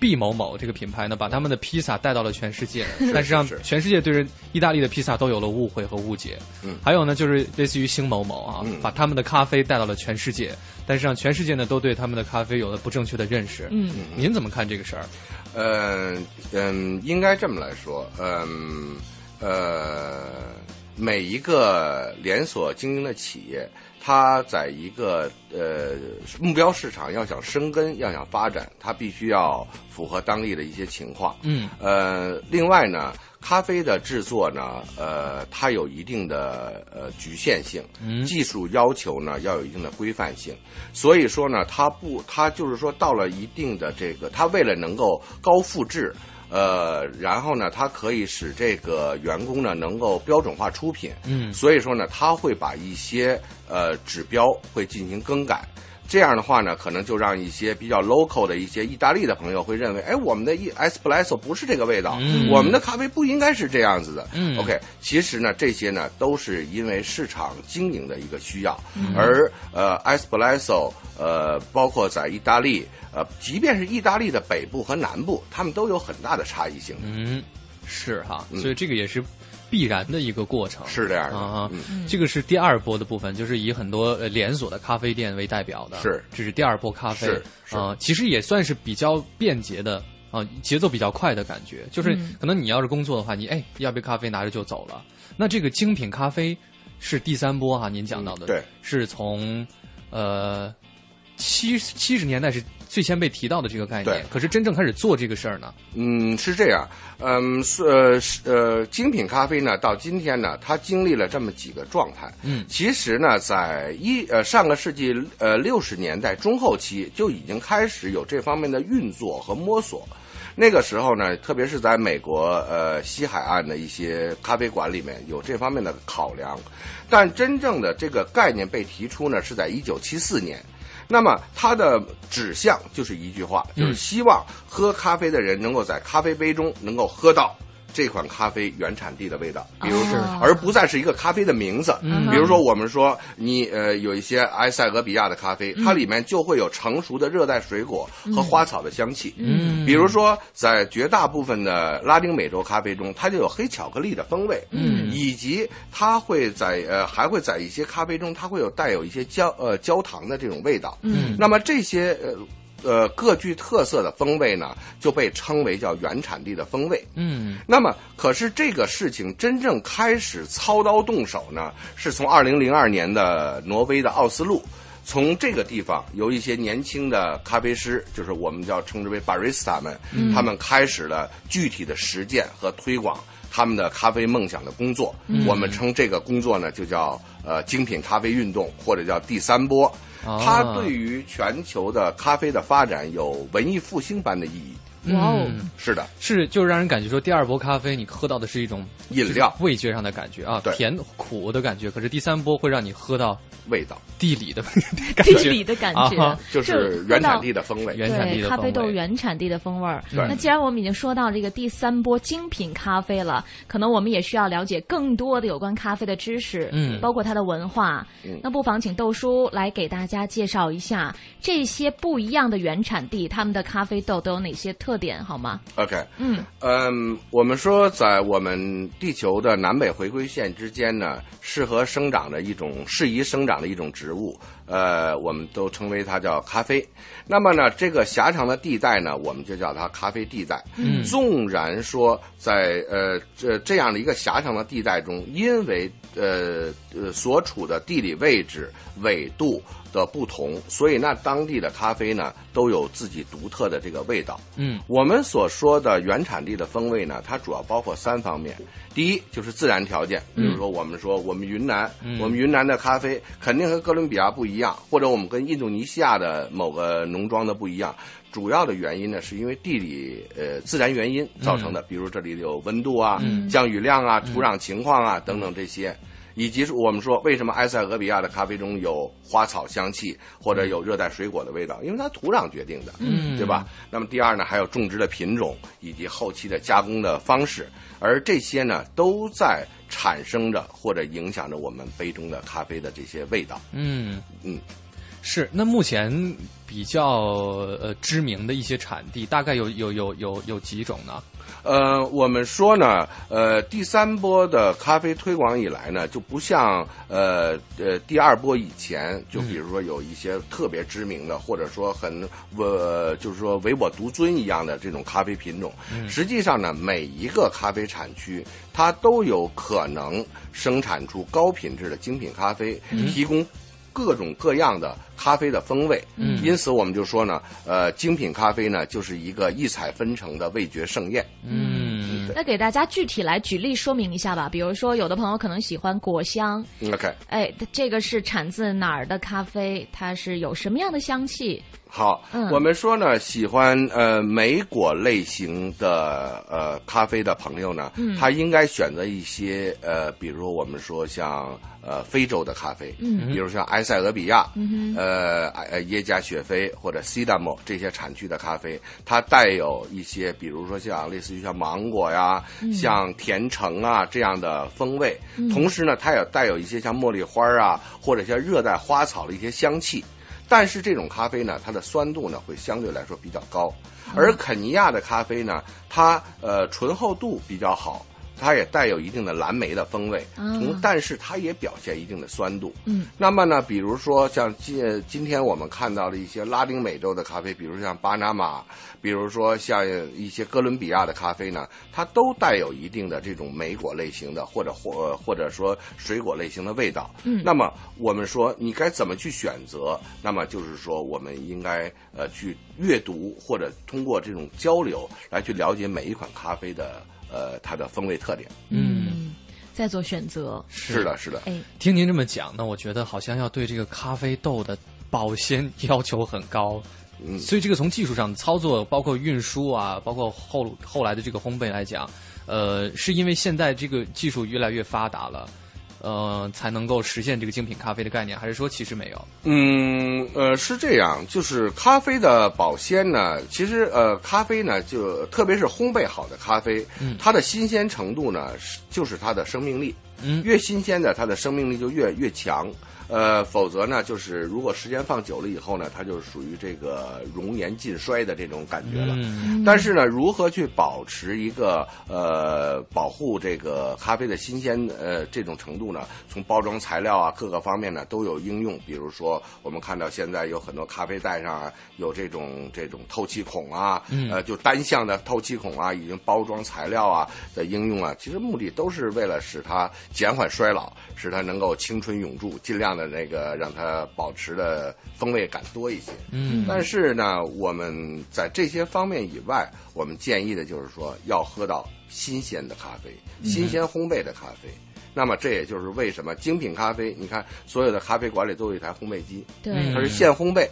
[SPEAKER 2] 毕某某这个品牌呢，把他们的披萨带到了全世界，但是让
[SPEAKER 3] 是
[SPEAKER 2] 全世界对人意大利的披萨都有了误会和误解。
[SPEAKER 3] 嗯
[SPEAKER 2] 还有呢，就是类似于星某某啊，
[SPEAKER 3] 嗯
[SPEAKER 2] 把他们的咖啡带到了全世界，但是让全世界呢都对他们的咖啡有了不正确的认识。
[SPEAKER 1] 嗯，
[SPEAKER 2] 您怎么看这个事儿？
[SPEAKER 3] 嗯嗯，应该这么来说，嗯呃，每一个连锁经营的企业，它在一个呃目标市场要想生根、要想发展，它必须要符合当地的一些情况。
[SPEAKER 2] 嗯
[SPEAKER 3] 呃，另外呢，咖啡的制作呢，呃，它有一定的呃局限性，技术要求呢要有一定的规范性，所以说呢，它不，它就是说到了一定的这个，它为了能够高复制。呃，然后呢，它可以使这个员工呢能够标准化出品，
[SPEAKER 2] 嗯
[SPEAKER 3] 所以说呢，它会把一些呃指标会进行更改。这样的话呢，可能就让一些比较 local 的一些意大利的朋友会认为，哎，我们的一 espresso 不是这个味道，
[SPEAKER 2] 嗯
[SPEAKER 3] 我们的咖啡不应该是这样子的。
[SPEAKER 2] 嗯
[SPEAKER 3] OK，其实呢，这些呢都是因为市场经营的一个需要，
[SPEAKER 2] 嗯
[SPEAKER 3] 而呃 espresso 呃，包括在意大利，呃，即便是意大利的北部和南部，他们都有很大的差异性的，
[SPEAKER 2] 嗯，是哈，
[SPEAKER 3] 嗯
[SPEAKER 2] 所以这个也是必然的一个过程。
[SPEAKER 3] 是这样的。
[SPEAKER 2] 啊哈
[SPEAKER 3] 嗯，
[SPEAKER 2] 这个是第二波的部分，就是以很多呃连锁的咖啡店为代表的，
[SPEAKER 3] 是
[SPEAKER 2] 这是第二波咖啡
[SPEAKER 3] 是是
[SPEAKER 2] 啊、其实也算是比较便捷的啊、节奏比较快的感觉。就是
[SPEAKER 1] 嗯
[SPEAKER 2] 可能你要是工作的话，你哎要杯咖啡拿着就走了。那这个精品咖啡是第三波哈、您讲到的，
[SPEAKER 3] 嗯对，
[SPEAKER 2] 是从呃七七十年代是最先被提到的这个概念
[SPEAKER 3] 对，
[SPEAKER 2] 可是真正开始做这个事儿呢，
[SPEAKER 3] 嗯，是这样，嗯，是呃是呃，精品咖啡呢，到今天呢，它经历了这么几个状态。
[SPEAKER 2] 嗯
[SPEAKER 3] 其实呢，在一呃上个世纪呃六十年代中后期就已经开始有这方面的运作和摸索。那个时候呢，特别是在美国呃西海岸的一些咖啡馆里面有这方面的考量，但真正的这个概念被提出呢，是在一九七四年。那么它的指向就是一句话，就是
[SPEAKER 2] 嗯
[SPEAKER 3] 希望喝咖啡的人能够在咖啡杯中能够喝到这款咖啡原产地的味道，比如说，
[SPEAKER 1] 哦
[SPEAKER 3] 而不再是一个咖啡的名字。
[SPEAKER 2] 嗯
[SPEAKER 3] 比如说，我们说你呃有一些埃塞俄比亚的咖啡，它
[SPEAKER 2] 嗯
[SPEAKER 3] 里面就会有成熟的热带水果和花草的香气。
[SPEAKER 2] 嗯
[SPEAKER 3] 比如说，在绝大部分的拉丁美洲咖啡中，它就有黑巧克力的风味，
[SPEAKER 2] 嗯
[SPEAKER 3] 以及它会在呃还会在一些咖啡中，它会有带有一些焦呃焦糖的这种味道。
[SPEAKER 1] 嗯
[SPEAKER 3] 那么这些呃呃各具特色的风味呢，就被称为叫原产地的风味。
[SPEAKER 2] 嗯
[SPEAKER 3] 那么，可是这个事情真正开始操刀动手呢，是从二零零二年的挪威的奥斯陆。从这个地方，由一些年轻的咖啡师，就是我们叫称之为 barista 们，他们开始了具体的实践和推广他们的咖啡梦想的工作。我们称这个工作呢，就叫呃精品咖啡运动，或者叫第三波。
[SPEAKER 2] 啊
[SPEAKER 3] 它对于全球的咖啡的发展有文艺复兴般的意义。
[SPEAKER 1] 哇哦，
[SPEAKER 2] 嗯
[SPEAKER 3] 是的，
[SPEAKER 2] 是，就是让人感觉说，第二波咖啡你喝到的是一种
[SPEAKER 3] 饮料
[SPEAKER 2] 就是味觉上的感觉啊，
[SPEAKER 3] 对
[SPEAKER 2] 甜苦的感觉。可是第三波会让你喝到
[SPEAKER 3] 味道。
[SPEAKER 2] 地理的感
[SPEAKER 1] 地
[SPEAKER 2] 觉，
[SPEAKER 1] 理的感觉，
[SPEAKER 2] 啊哈
[SPEAKER 3] 就是原产地的风味。
[SPEAKER 2] 原产地
[SPEAKER 1] 对
[SPEAKER 2] 的
[SPEAKER 1] 咖啡
[SPEAKER 2] 风
[SPEAKER 1] 豆
[SPEAKER 2] 味
[SPEAKER 1] 原产地的风味儿。
[SPEAKER 3] 对
[SPEAKER 1] 那既然我们已经说到这个第三波精品咖啡了，可能我们也需要了解更多的有关咖啡的知识，
[SPEAKER 2] 嗯
[SPEAKER 1] 包括它的文化。
[SPEAKER 3] 嗯
[SPEAKER 1] 那不妨请豆叔来给大家介绍一下这些不一样的原产地，他们的咖啡豆都有哪些特点，好吗？
[SPEAKER 3] OK，
[SPEAKER 1] 嗯
[SPEAKER 3] 嗯，我们说在我们地球的南北回归线之间呢，适合生长的一种适宜生长的一种植物，呃，我们都称为它叫咖啡。那么呢，这个狭长的地带呢，我们就叫它咖啡地带。
[SPEAKER 2] 嗯
[SPEAKER 3] 纵然说在呃这这样的一个狭长的地带中，因为呃呃所处的地理位置、纬度。的不同，所以那当地的咖啡呢都有自己独特的这个味道。
[SPEAKER 2] 嗯
[SPEAKER 3] 我们所说的原产地的风味呢，它主要包括三方面。第一就是自然条件，比如说我们说我们云南，
[SPEAKER 2] 嗯
[SPEAKER 3] 我们云南的咖啡肯定和哥伦比亚不一样，或者我们跟印度尼西亚的某个农庄的不一样。主要的原因呢，是因为地理呃自然原因造成的，比如这里有温度啊、降雨量啊、土壤情况啊、等等这些。以及是我们说为什么埃塞俄比亚的咖啡中有花草香气，或者有热带水果的味道，因为它土壤决定的，
[SPEAKER 2] 嗯
[SPEAKER 3] 对吧？那么第二呢，还有种植的品种以及后期的加工的方式，而这些呢，都在产生着或者影响着我们杯中的咖啡的这些味道。
[SPEAKER 2] 嗯
[SPEAKER 3] 嗯，
[SPEAKER 2] 是。那目前比较呃知名的一些产地，大概有有有有有几种呢？
[SPEAKER 3] 呃，我们说呢，呃，第三波的咖啡推广以来呢，就不像呃呃第二波以前，就比如说有一些特别知名的，或者说很呃，就是说唯我独尊一样的这种咖啡品种。实际上呢，每一个咖啡产区，它都有可能生产出高品质的精品咖啡，提供各种各样的咖啡的风味。
[SPEAKER 2] 嗯
[SPEAKER 3] 因此我们就说呢，呃，精品咖啡呢，就是一个一彩纷呈的味觉盛宴。
[SPEAKER 2] 嗯
[SPEAKER 1] 那给大家具体来举例说明一下吧，比如说有的朋友可能喜欢果香，
[SPEAKER 3] OK，
[SPEAKER 1] 哎，它这个是产自哪儿的咖啡？它是有什么样的香气？
[SPEAKER 3] 好，
[SPEAKER 1] 嗯
[SPEAKER 3] 我们说呢，喜欢呃莓果类型的呃咖啡的朋友呢，
[SPEAKER 1] 嗯
[SPEAKER 3] 他应该选择一些呃，比如说我们说像呃非洲的咖啡，
[SPEAKER 1] 嗯
[SPEAKER 3] 比如像埃塞俄比亚，
[SPEAKER 1] 嗯
[SPEAKER 3] 呃呃耶加雪菲或者西达莫这些产区的咖啡，它带有一些，比如说像类似于像芒果呀、
[SPEAKER 1] 嗯
[SPEAKER 3] 像甜橙啊这样的风味，同时呢，它也带有一些像茉莉花啊或者像热带花草的一些香气。但是这种咖啡呢，它的酸度呢会相对来说比较高，
[SPEAKER 1] 嗯
[SPEAKER 3] 而肯尼亚的咖啡呢，它呃醇厚度比较好，它也带有一定的蓝莓的风味，
[SPEAKER 1] 啊
[SPEAKER 3] 同但是它也表现一定的酸度。
[SPEAKER 1] 嗯，
[SPEAKER 3] 那么呢，比如说像今呃今天我们看到的一些拉丁美洲的咖啡，比如像巴拿马，比如说像一些哥伦比亚的咖啡呢，它都带有一定的这种莓果类型的，或者或呃或者说水果类型的味道。
[SPEAKER 1] 嗯
[SPEAKER 3] 那么我们说你该怎么去选择？那么就是说，我们应该呃去阅读或者通过这种交流来去了解每一款咖啡的呃它的风味特点。
[SPEAKER 2] 嗯，
[SPEAKER 1] 在做选择。
[SPEAKER 3] 是的，是的。
[SPEAKER 1] 哎，
[SPEAKER 2] 听您这么讲呢，我觉得好像要对这个咖啡豆的保鲜要求很高。
[SPEAKER 3] 嗯
[SPEAKER 2] 所以这个从技术上操作，包括运输啊，包括后后来的这个烘焙来讲，呃，是因为现在这个技术越来越发达了，呃，才能够实现这个精品咖啡的概念，还是说其实没有？
[SPEAKER 3] 嗯，呃，是这样，就是咖啡的保鲜呢，其实呃，咖啡呢，就特别是烘焙好的咖啡，
[SPEAKER 2] 嗯
[SPEAKER 3] 它的新鲜程度呢，是就是它的生命力，
[SPEAKER 2] 嗯
[SPEAKER 3] 越新鲜的，它的生命力就越越强。呃，否则呢，就是如果时间放久了以后呢，它就属于这个容颜尽衰的这种感觉了。
[SPEAKER 2] 嗯
[SPEAKER 3] 但是呢，如何去保持一个呃保护这个咖啡的新鲜呃这种程度呢？从包装材料啊各个方面呢都有应用。比如说，我们看到现在有很多咖啡袋上啊有这种这种透气孔啊，
[SPEAKER 2] 嗯
[SPEAKER 3] 呃就单向的透气孔啊，已经包装材料啊的应用啊，其实目的都是为了使它减缓衰老，使它能够青春永驻，尽量的那个让它保持的风味感多一些。
[SPEAKER 2] 嗯
[SPEAKER 3] 但是呢，我们在这些方面以外，我们建议的就是说，要喝到新鲜的咖啡，
[SPEAKER 2] 嗯
[SPEAKER 3] 新鲜烘焙的咖啡。那么这也就是为什么精品咖啡，你看所有的咖啡馆里都有一台烘焙机，
[SPEAKER 1] 对，
[SPEAKER 2] 嗯
[SPEAKER 3] 它是现烘焙、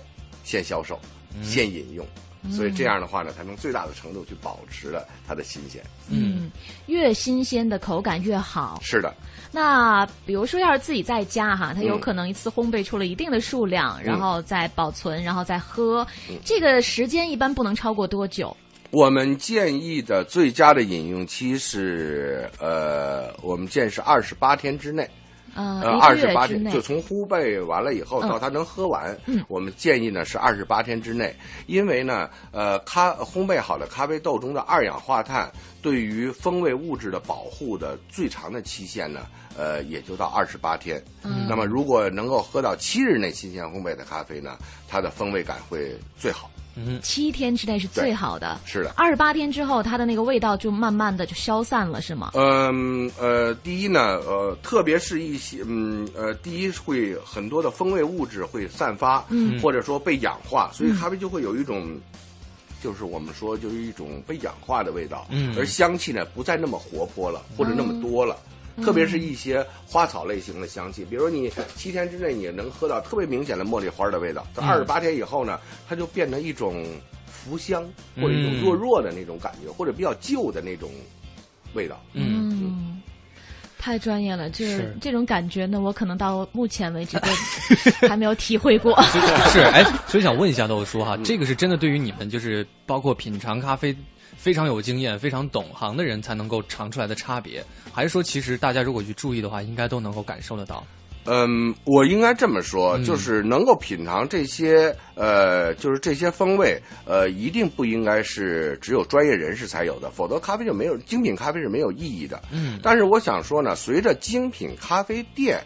[SPEAKER 3] 现销售、现饮用，所以这样的话呢，才能最大的程度去保持了它的新鲜。
[SPEAKER 2] 嗯
[SPEAKER 1] 越新鲜的口感越好。
[SPEAKER 3] 是的，
[SPEAKER 1] 那比如说，要是自己在家哈，它有
[SPEAKER 3] 嗯
[SPEAKER 1] 可能一次烘焙出了一定的数量，然后再保存，然后再喝，
[SPEAKER 3] 嗯
[SPEAKER 1] 这个时间一般不能超过多久？
[SPEAKER 3] 我们建议的最佳的饮用期是，呃，我们建议是二十八天之内。
[SPEAKER 1] 呃，
[SPEAKER 3] 呃，
[SPEAKER 1] 一
[SPEAKER 3] 二
[SPEAKER 1] 个
[SPEAKER 3] 十八
[SPEAKER 1] 月之
[SPEAKER 3] 天
[SPEAKER 1] 内
[SPEAKER 3] 就。从烘焙完了以后
[SPEAKER 1] 嗯
[SPEAKER 3] 到它能喝完，
[SPEAKER 1] 嗯
[SPEAKER 3] 我们建议呢是二十八天之内，因为呢，呃，咖烘焙好的咖啡豆中的二氧化碳对于风味物质的保护的最长的期限呢，呃，也就到二十八天。
[SPEAKER 1] 嗯
[SPEAKER 3] 那么如果能够喝到七日内新鲜烘焙的咖啡呢，它的风味感会最好。
[SPEAKER 2] 嗯
[SPEAKER 1] 七天之内是最好的。
[SPEAKER 3] 是的。
[SPEAKER 1] 二十八天之后，它的那个味道就慢慢的就消散了，是吗？
[SPEAKER 3] 嗯呃，第一呢，呃，特别是一些嗯呃，第一会很多的风味物质会散发，
[SPEAKER 1] 嗯
[SPEAKER 3] 或者说被氧化，所以咖啡就会有一种。就是我们说，就是一种被氧化的味道，
[SPEAKER 2] 嗯
[SPEAKER 3] 而香气呢不再那么活泼了，
[SPEAKER 1] 嗯
[SPEAKER 3] 或者那么多了，特别是一些花草类型的香气，比如你
[SPEAKER 1] 嗯
[SPEAKER 3] 七天之内你能喝到特别明显的茉莉花的味道，到二十八天以后呢，它就变得一种浮香或者一种
[SPEAKER 2] 嗯
[SPEAKER 3] 弱弱的那种感觉，或者比较旧的那种味道，
[SPEAKER 2] 嗯，
[SPEAKER 1] 嗯，太专业了，这
[SPEAKER 2] 是
[SPEAKER 1] 这种感觉呢，我可能到目前为止 都还没有体会过。
[SPEAKER 2] 是哎， 嗯所以想问一下豆叔哈，这个是真的对于你们就是包括品尝咖啡非常有经验、非常懂行的人才能够尝出来的差别，还是说其实大家如果去注意的话，应该都能够感受得到？
[SPEAKER 3] 嗯，我应该这么说，
[SPEAKER 2] 嗯
[SPEAKER 3] 就是能够品尝这些呃，就是这些风味，呃，一定不应该是只有专业人士才有的，否则咖啡就没有精品咖啡是没有意义的。
[SPEAKER 2] 嗯
[SPEAKER 3] 但是我想说呢，随着精品咖啡店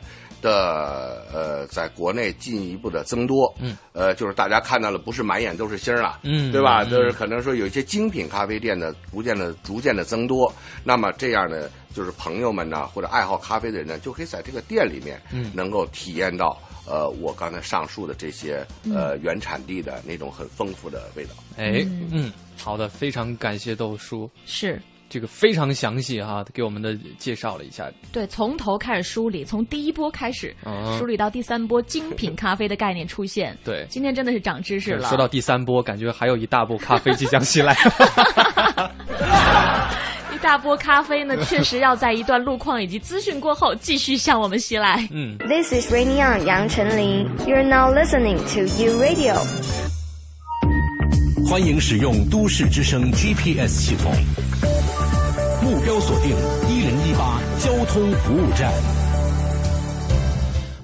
[SPEAKER 3] 的呃，在国内进一步的增多，
[SPEAKER 2] 嗯，
[SPEAKER 3] 呃，就是大家看到了不是满眼都是星儿了，
[SPEAKER 2] 嗯
[SPEAKER 3] 对吧？
[SPEAKER 2] 嗯
[SPEAKER 3] 啊就是可能说有一些精品咖啡店的逐渐的逐渐的增多，那么这样呢，就是朋友们呢或者爱好咖啡的人呢，就可以在这个店里面，
[SPEAKER 2] 嗯
[SPEAKER 3] 能够体验到。呃，我刚才上述的这些呃原产地的那种很丰富的味道，
[SPEAKER 2] 哎，
[SPEAKER 1] 嗯
[SPEAKER 2] 嗯，好的，非常感谢豆叔。
[SPEAKER 1] 是
[SPEAKER 2] 这个非常详细哈，给我们的介绍了一下。
[SPEAKER 1] 对，从头开始梳理，从第一波开始、
[SPEAKER 2] 嗯
[SPEAKER 1] 梳理到第三波精品咖啡的概念出现。
[SPEAKER 2] 对
[SPEAKER 1] 今天真的是长知识了。
[SPEAKER 2] 说到第三波，感觉还有一大波咖啡即将袭来。
[SPEAKER 1] 一大波咖啡呢，确实要在一段路况以及资讯过后继续向我们袭来。
[SPEAKER 2] 嗯，
[SPEAKER 8] This is Rainy On 杨丞琳，You're now listening to U Radio。
[SPEAKER 5] 欢迎使用都市之声 GPS 系统，目标锁定一零一八交通服务站。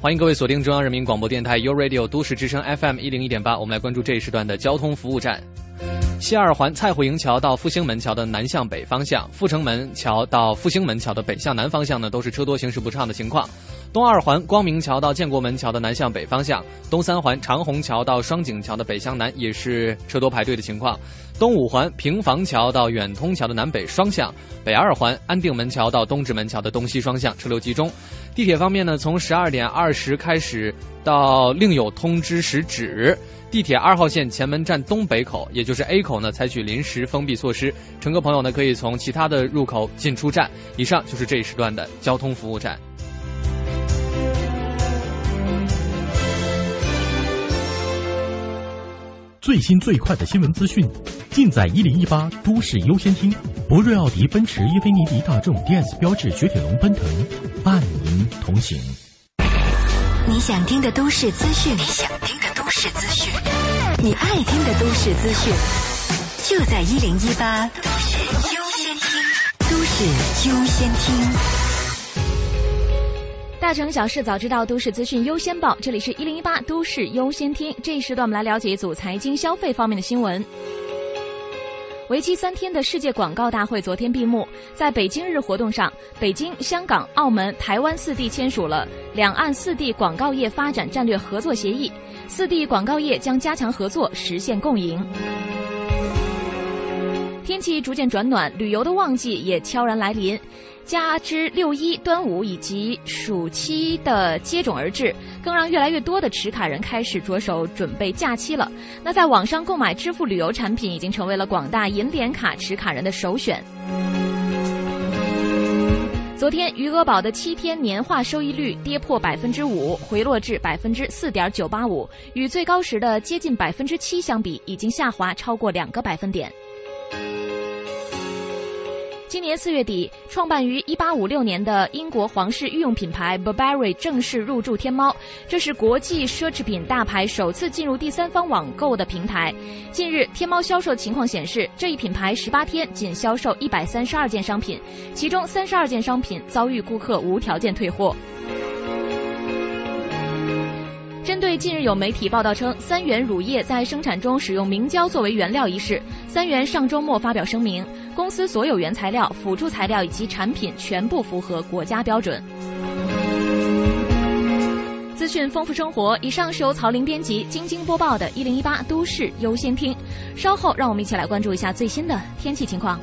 [SPEAKER 2] 欢迎各位锁定中央人民广播电台 u Radio 都市之声 FM 一零一点八，我们来关注这一时段的交通服务站。西二环蔡胡营桥到复兴门桥的南向北方向，阜成门桥到复兴门桥的北向南方向呢，都是车多行驶不畅的情况。东二环光明桥到建国门桥的南向北方向，东三环长虹桥到双井桥的北向南也是车多排队的情况。东五环平房桥到远通桥的南北双向，北二环安定门桥到东直门桥的东西双向车流集中。地铁方面呢，从十二点二十开始到另有通知时止，地铁二号线前门站东北口，也就是 A 口呢，采取临时封闭措施。乘客朋友呢，可以从其他的入口进出站。以上就是这一时段的交通服务站。
[SPEAKER 9] 最新最快的新闻资讯，尽在一零一八都市优先听。博瑞、奥迪、奔驰、英菲尼迪、大众、DS、标致、雪铁龙、奔腾，伴您同行。
[SPEAKER 4] 你想听的都市资讯，你想听的都市资讯，你爱听的都市资讯，就在一零一八都市优先听，都市优先听。
[SPEAKER 1] 大城小事早知道，都市资讯优先报。这里是一零一八都市优先听。这一时段，我们来了解一组财经消费方面的新闻。为期三天的世界广告大会昨天闭幕，在北京日活动上，北京、香港、澳门、台湾四地签署了两岸四地广告业发展战略合作协议，四地广告业将加强合作，实现共赢。天气逐渐转暖，旅游的旺季也悄然来临。加之六一、端午以及暑期的接踵而至，更让越来越多的持卡人开始着手准备假期了。那在网上购买支付旅游产品已经成为了广大银联卡持卡人的首选。昨天，余额宝的七天年化收益率跌破百分之五，回落至百分之四点九八五，与最高时的接近百分之七相比，已经下滑超过两个百分点。今年四月底，创办于1856年的英国皇室御用品牌 Burberry 正式入驻天猫，这是国际奢侈品大牌首次进入第三方网购的平台。近日，天猫销售情况显示，这一品牌18天仅销售132件商品，其中32件商品遭遇顾客无条件退货。针对近日有媒体报道称三元乳业在生产中使用明胶作为原料一事，三元上周末发表声明，公司所有原材料、辅助材料以及产品全部符合国家标准。资讯丰富生活。以上是由曹林编辑、晶晶播报的《一零一八都市优先听》。稍后，让我们一起来关注一下最新的天气情况。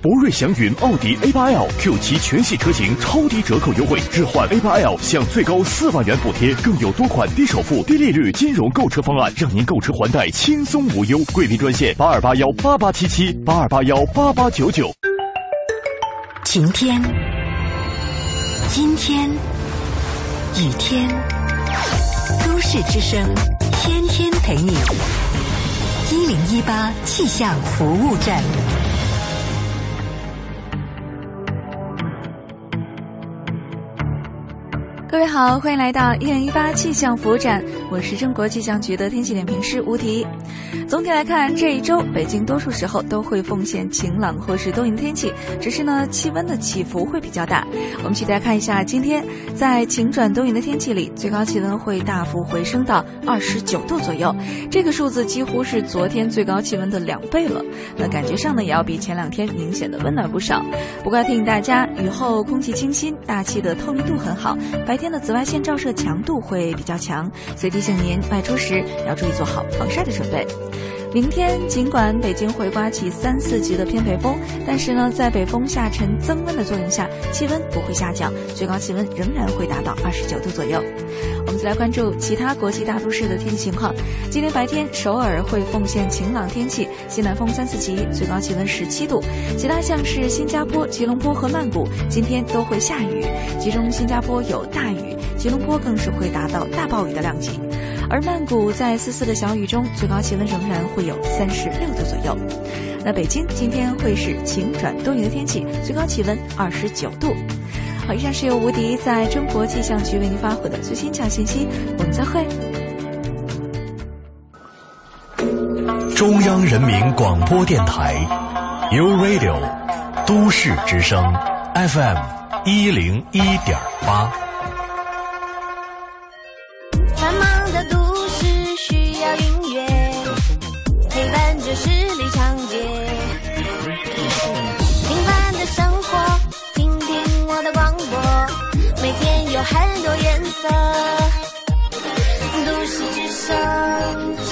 [SPEAKER 5] 博瑞祥云奥迪 A8L Q7 全系车型超低折扣优惠，置换 A8L 享最高四万元补贴，更有多款低首付、低利率金融购车方案，让您购车还贷轻松无忧。贵宾专线八二八幺八八七七八二八幺八八九九。
[SPEAKER 10] 晴天、阴天、雨天，都市之声天天陪你。一零一八气象服务站。
[SPEAKER 11] 各位好，欢迎来到一零一八气象服务站，我是中国气象局的天气点评师吴迪。总体来看，这一周北京多数时候都会奉献晴朗或是多云天气，只是呢气温的起伏会比较大。我们一起来看一下今天，在晴转多云的天气里，最高气温会大幅回升到二十九度左右，这个数字几乎是昨天最高气温的两倍了。那感觉上呢，也要比前两天明显的温暖不少。不过要提醒大家，雨后空气清新，大气的透明度很好，白天的紫外线照射强度会比较强，所以提醒您外出时要注意做好防晒的准备。明天尽管北京会刮起三四级的偏北风，但是呢，在北风下沉增温的作用下，气温不会下降，最高气温仍然会达到二十九度左右。我们再来关注其他国际大都市的天气情况。今天白天，首尔会奉献晴朗天气，西南风三四级，最高气温十七度。其他像是新加坡、吉隆坡和曼谷，今天都会下雨，其中新加坡有大雨，吉隆坡更是会达到大暴雨的量级。而曼谷在丝丝的小雨中，最高气温仍然会有三十六度左右。那北京今天会是晴转多云的天气，最高气温二十九度。好，以上是由吴迪在中国气象局为您发回的最新气象信息，我们再会。
[SPEAKER 5] 中央人民广播电台，U Radio，都市之声，FM 一零一点八。
[SPEAKER 4] 繁忙的都市需要音乐陪伴着十里长街，平凡的生活，听听我的广播，每天有很多颜色。都市之声，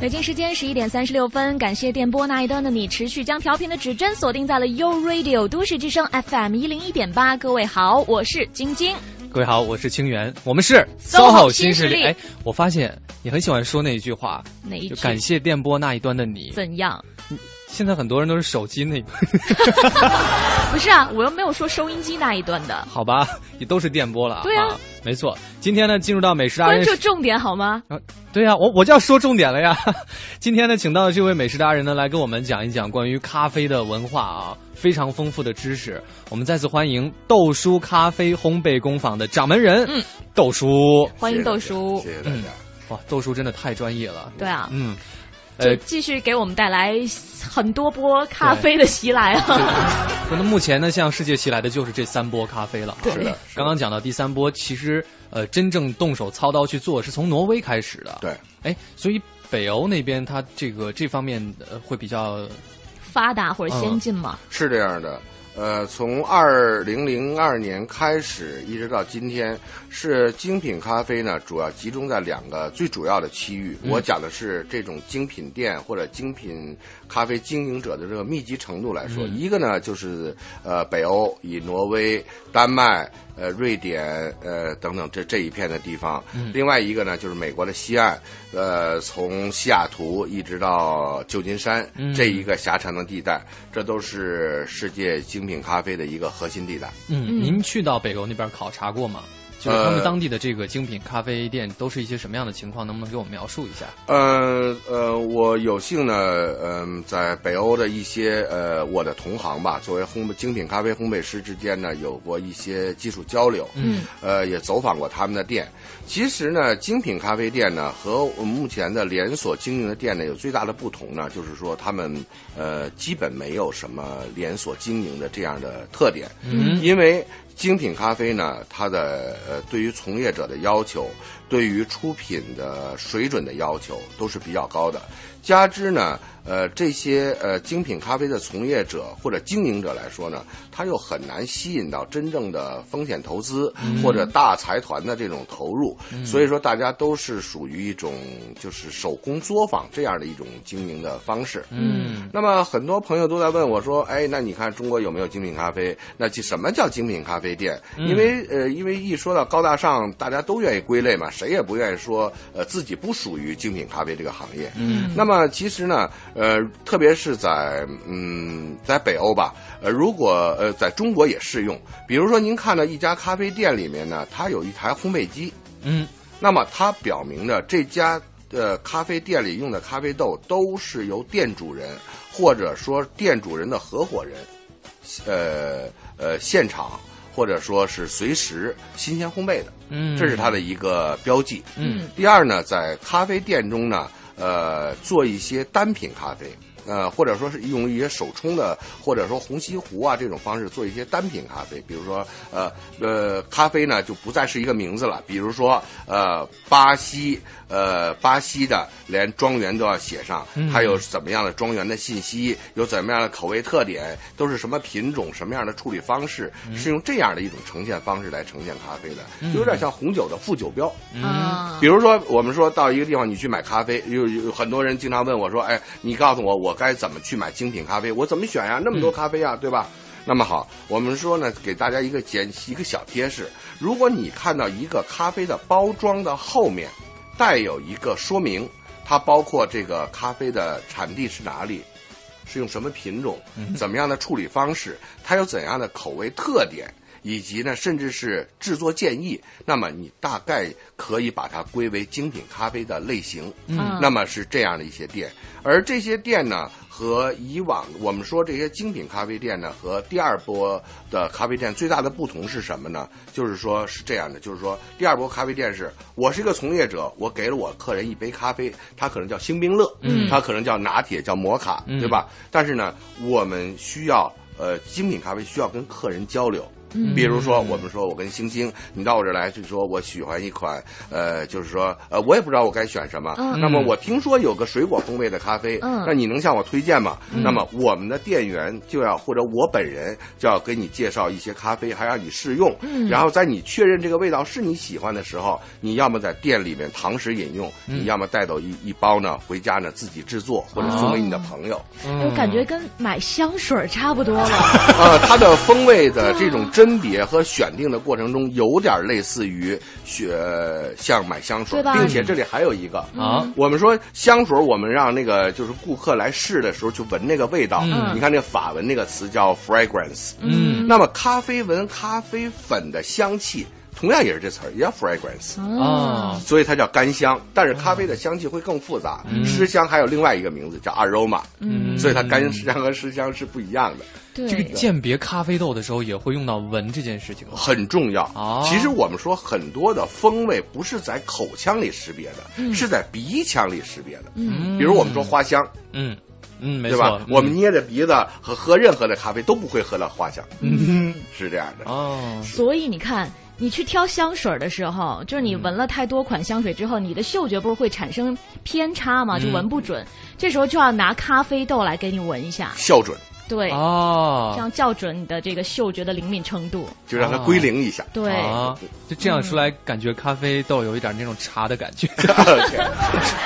[SPEAKER 1] 北京时间十一点三十六分，感谢电波那一端的你持续将调频的指针锁定在了 u Radio 都市之声 FM 一零一点八。各位好，我是晶晶。
[SPEAKER 2] 各位好，我是清源，我们是
[SPEAKER 1] SOHO
[SPEAKER 2] 新势
[SPEAKER 1] 新势力
[SPEAKER 2] 哎，我发现你很喜欢说那一句话，
[SPEAKER 1] 哪一
[SPEAKER 2] 就
[SPEAKER 1] 句？
[SPEAKER 2] 感谢电波那一端的你。
[SPEAKER 1] 怎样？
[SPEAKER 2] 现在很多人都是手机那， 。
[SPEAKER 1] 不是啊，我又没有说收音机那一端的
[SPEAKER 2] 好吧，也都是电波了。
[SPEAKER 1] 对啊
[SPEAKER 2] 没错。今天呢，进入到美食达
[SPEAKER 1] 关
[SPEAKER 2] 人
[SPEAKER 1] 注重点好吗？
[SPEAKER 2] 啊，对呀、我我就要说重点了呀。 今天呢，请到的这位美食达人呢，来跟我们讲一讲关于咖啡的文化啊，非常丰富的知识。我们再次欢迎豆叔咖啡烘焙工坊的掌门人，
[SPEAKER 1] 嗯，
[SPEAKER 2] 豆叔。
[SPEAKER 1] 欢迎豆叔嗯
[SPEAKER 3] 谢。谢大家。
[SPEAKER 2] 哇，豆叔真的太专业了。
[SPEAKER 1] 对啊，
[SPEAKER 2] 嗯，
[SPEAKER 1] 就
[SPEAKER 2] 呃，
[SPEAKER 1] 继续给我们带来很多波咖啡的袭来啊！
[SPEAKER 2] 那么目前呢，向世界袭来的就是这三波咖啡了啊。
[SPEAKER 1] 对
[SPEAKER 3] 是的，
[SPEAKER 2] 刚刚讲到第三波，其实呃，真正动手操刀去做是从挪威开始的。
[SPEAKER 3] 对，
[SPEAKER 2] 哎，所以北欧那边它这个这方面呃会比较
[SPEAKER 1] 发达或者先进嘛？
[SPEAKER 3] 是这样的。呃，从二零零二年开始，一直到今天，是精品咖啡呢，主要集中在两个最主要的区域。我讲的是这种精品店或者精品咖啡经营者的这个密集程度来说，一个呢就是呃北欧，以挪威、丹麦、呃瑞典、呃等等这这一片的地方；另外一个呢就是美国的西岸，呃从西雅图一直到旧金山、这一个狭长的地带，这都是世界精品咖啡的一个核心地带。
[SPEAKER 2] 嗯嗯，您去到北欧那边考察过吗？
[SPEAKER 3] 呃
[SPEAKER 2] 就是他们当地的这个精品咖啡店都是一些什么样的情况？能不能给我们描述一下？
[SPEAKER 3] 呃呃，我有幸呢，嗯、在北欧的一些呃我的同行吧，作为烘焙精品咖啡烘焙师之间呢，有过一些技术交流，
[SPEAKER 2] 嗯，
[SPEAKER 3] 呃，也走访过他们的店。其实呢，精品咖啡店呢和我们目前的连锁经营的店呢有最大的不同呢，就是说他们呃基本没有什么连锁经营的这样的特点，
[SPEAKER 2] 嗯
[SPEAKER 3] 因为精品咖啡呢，它的呃对于从业者的要求，对于出品的水准的要求都是比较高的。加之呢，呃这些呃精品咖啡的从业者或者经营者来说呢，他又很难吸引到真正的风险投资、
[SPEAKER 2] 嗯
[SPEAKER 3] 或者大财团的这种投入，
[SPEAKER 2] 嗯
[SPEAKER 3] 所以说大家都是属于一种就是手工作坊这样的一种经营的方式。
[SPEAKER 2] 嗯
[SPEAKER 3] 那么很多朋友都在问我说：“哎，那你看中国有没有精品咖啡？那其什么叫精品咖啡店？
[SPEAKER 2] 嗯
[SPEAKER 3] 因为呃，因为一说到高大上，大家都愿意归类嘛，谁也不愿意说呃自己不属于精品咖啡这个行业。
[SPEAKER 2] 嗯
[SPEAKER 3] 那么其实呢，呃，特别是在嗯，在北欧吧，呃，如果呃在中国也适用。比如说，您看到一家咖啡店里面呢，它有一台烘焙机，
[SPEAKER 2] 嗯
[SPEAKER 3] 那么它表明着这家呃咖啡店里用的咖啡豆都是由店主人或者说店主人的合伙人，呃呃现场或者说是随时新鲜烘焙的，
[SPEAKER 2] 嗯，
[SPEAKER 3] 这是它的一个标记。
[SPEAKER 2] 嗯
[SPEAKER 3] 第二呢，在咖啡店中呢，呃，做一些单品咖啡。呃，或者说是用一些手冲的，或者说虹吸壶啊这种方式做一些单品咖啡，比如说呃呃咖啡呢就不再是一个名字了，比如说呃巴西呃巴西的连庄园都要写上
[SPEAKER 2] 嗯，
[SPEAKER 3] 还有怎么样的庄园的信息，有怎么样的口味特点，都是什么品种，什么样的处理方式，是用这样的一种呈现方式来呈现咖啡的，有点像红酒的副酒标。
[SPEAKER 1] 啊
[SPEAKER 2] 嗯
[SPEAKER 3] 比，如说，我们说到一个地方，你去买咖啡，有有很多人经常问我说：“哎，你告诉我，我该怎么去买精品咖啡？我怎么选啊呀？那么多咖啡呀，对吧？”那么好，我们说呢，给大家一个简一个小贴士：如果你看到一个咖啡的包装的后面带有一个说明，它包括这个咖啡的产地是哪里，是用什么品种，怎么样的处理方式，它有怎样的口味特点，以及呢，甚至是制作建议，那么你大概可以把它归为精品咖啡的类型。
[SPEAKER 1] 嗯
[SPEAKER 3] 那么是这样的一些店，而这些店呢，和以往我们说这些精品咖啡店呢，和第二波的咖啡店最大的不同是什么呢？就是说是这样的，就是说第二波咖啡店是我是一个从业者，我给了我客人一杯咖啡，它可能叫星冰乐，
[SPEAKER 2] 嗯
[SPEAKER 3] 它可能叫拿铁，叫摩卡，
[SPEAKER 2] 嗯
[SPEAKER 3] 对吧？但是呢，我们需要呃精品咖啡需要跟客人交流。
[SPEAKER 1] 嗯
[SPEAKER 3] 比如说，我们说我跟星星，你到我这儿来，就说我喜欢一款，呃，就是说，呃，我也不知道我该选什么。
[SPEAKER 1] 嗯
[SPEAKER 3] 那么我听说有个水果风味的咖啡，
[SPEAKER 1] 嗯
[SPEAKER 3] 那你能向我推荐吗？那么我们的店员就要或者我本人就要给你介绍一些咖啡，还让你试用。
[SPEAKER 1] 嗯
[SPEAKER 3] 然后在你确认这个味道是你喜欢的时候，你要么在店里面堂食饮用，
[SPEAKER 2] 嗯
[SPEAKER 3] 你要么带走一一包呢回家呢自己制作或者送给
[SPEAKER 1] 哦
[SPEAKER 3] 你的朋友。
[SPEAKER 2] 嗯
[SPEAKER 1] 我感觉跟买香水儿差不多了。
[SPEAKER 3] 呃，它的风味的这种甄别和选定的过程中，有点类似于雪像买香水
[SPEAKER 1] 对吧，
[SPEAKER 3] 并且这里还有一个。
[SPEAKER 2] 啊
[SPEAKER 3] 我们说香水，我们让那个就是顾客来试的时候去闻那个味道。
[SPEAKER 2] 嗯
[SPEAKER 3] 你看这法文那个词叫 fragrance，、
[SPEAKER 2] 嗯
[SPEAKER 3] 那么咖啡闻咖啡粉的香气，同样也是这词儿，也叫 fragrance。
[SPEAKER 1] 嗯
[SPEAKER 2] 啊
[SPEAKER 3] 所以它叫干香，但是咖啡的香气会更复杂，
[SPEAKER 2] 嗯
[SPEAKER 3] 湿香还有另外一个名字叫 aroma，
[SPEAKER 1] 嗯，
[SPEAKER 3] 所以它干香和湿香是不一样的。
[SPEAKER 1] 对，
[SPEAKER 2] 这个鉴别咖啡豆的时候也会用到闻这件事情吗
[SPEAKER 3] 很重要。
[SPEAKER 2] 哦
[SPEAKER 3] 其实我们说很多的风味不是在口腔里识别的，
[SPEAKER 2] 嗯
[SPEAKER 3] 是在鼻腔里识别的。
[SPEAKER 1] 嗯
[SPEAKER 3] 比如我们说花香，
[SPEAKER 2] 嗯嗯，没
[SPEAKER 3] 对
[SPEAKER 2] 错，
[SPEAKER 3] 吧？
[SPEAKER 2] 嗯
[SPEAKER 3] 我们捏着鼻子和喝任何的咖啡都不会喝到花香，
[SPEAKER 2] 嗯
[SPEAKER 3] 是这样的。
[SPEAKER 2] 哦，
[SPEAKER 1] 所以你看，你去挑香水儿的时候，就是你闻了太多款香水之后，你的嗅觉不是会产生偏差吗？就
[SPEAKER 2] 嗯
[SPEAKER 1] 闻不准，这时候就要拿咖啡豆来给你闻一下，
[SPEAKER 3] 校准
[SPEAKER 1] 对，
[SPEAKER 2] 哦，
[SPEAKER 1] 这样校准你的这个嗅觉的灵敏程度。
[SPEAKER 3] 就让它归零一下。
[SPEAKER 1] 对，
[SPEAKER 2] 啊，就这样出来，感觉咖啡豆有一点那种茶的感觉。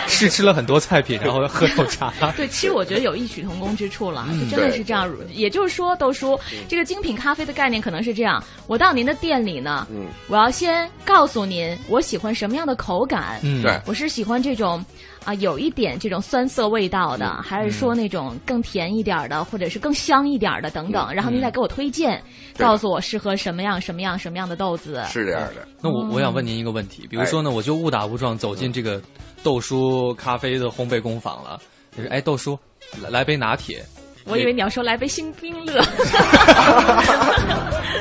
[SPEAKER 2] 试吃了很多菜品，然后喝口茶。
[SPEAKER 1] 对，其实我觉得有异曲同工之处了，
[SPEAKER 2] 嗯
[SPEAKER 1] 就真的
[SPEAKER 3] 对
[SPEAKER 1] 是这样。也就是说，豆叔，这个精品咖啡的概念可能是这样：我到您的店里呢，
[SPEAKER 3] 嗯
[SPEAKER 1] 我要先告诉您我喜欢什么样的口感，
[SPEAKER 2] 嗯，
[SPEAKER 3] 对
[SPEAKER 1] 我是喜欢这种啊有一点这种酸涩味道的，还是说那种更甜一点儿的，或者是更香一点儿的等等，然后您再给我推荐，
[SPEAKER 2] 对的
[SPEAKER 1] 告诉我适合什么样什么样什么样的豆子。
[SPEAKER 3] 是这样的。
[SPEAKER 2] 那我我
[SPEAKER 1] 嗯
[SPEAKER 2] 想问您一个问题，
[SPEAKER 1] 哎
[SPEAKER 2] 比如说呢，我就误打误撞走进这个豆叔咖啡的烘焙工坊了，就是哎，豆叔来来杯拿铁，
[SPEAKER 1] 我以为你要说来杯新冰乐，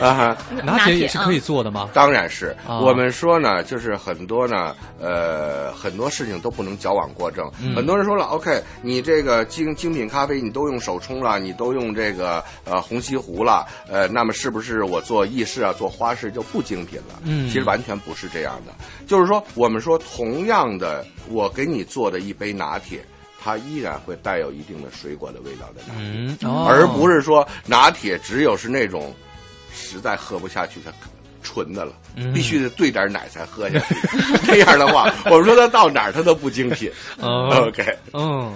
[SPEAKER 3] 啊
[SPEAKER 1] 拿拿铁也铁是可以嗯
[SPEAKER 2] 做的吗？
[SPEAKER 3] 当然是、
[SPEAKER 2] 啊
[SPEAKER 3] 我们说呢，就是很多呢，呃，很多事情都不能矫枉过正。
[SPEAKER 2] 嗯
[SPEAKER 3] 很多人说了，OK，你这个精精品咖啡你都用手冲了，你都用这个呃虹吸壶了，呃，那么是不是我做意式啊，做花式就不精品了？
[SPEAKER 2] 嗯
[SPEAKER 3] 其实完全不是这样的。就是说，我们说同样的，我给你做的一杯拿铁，它依然会带有一定的水果的味道在里面。
[SPEAKER 2] 嗯，
[SPEAKER 3] 而不
[SPEAKER 2] 是
[SPEAKER 3] 是说拿铁只有是那种实在喝不下去的纯的了，
[SPEAKER 2] 嗯
[SPEAKER 3] 必须得兑点奶才喝下去。这样的话，我们说它到哪儿它都不精品。
[SPEAKER 2] 哦
[SPEAKER 1] 呃
[SPEAKER 3] OK，
[SPEAKER 2] 嗯，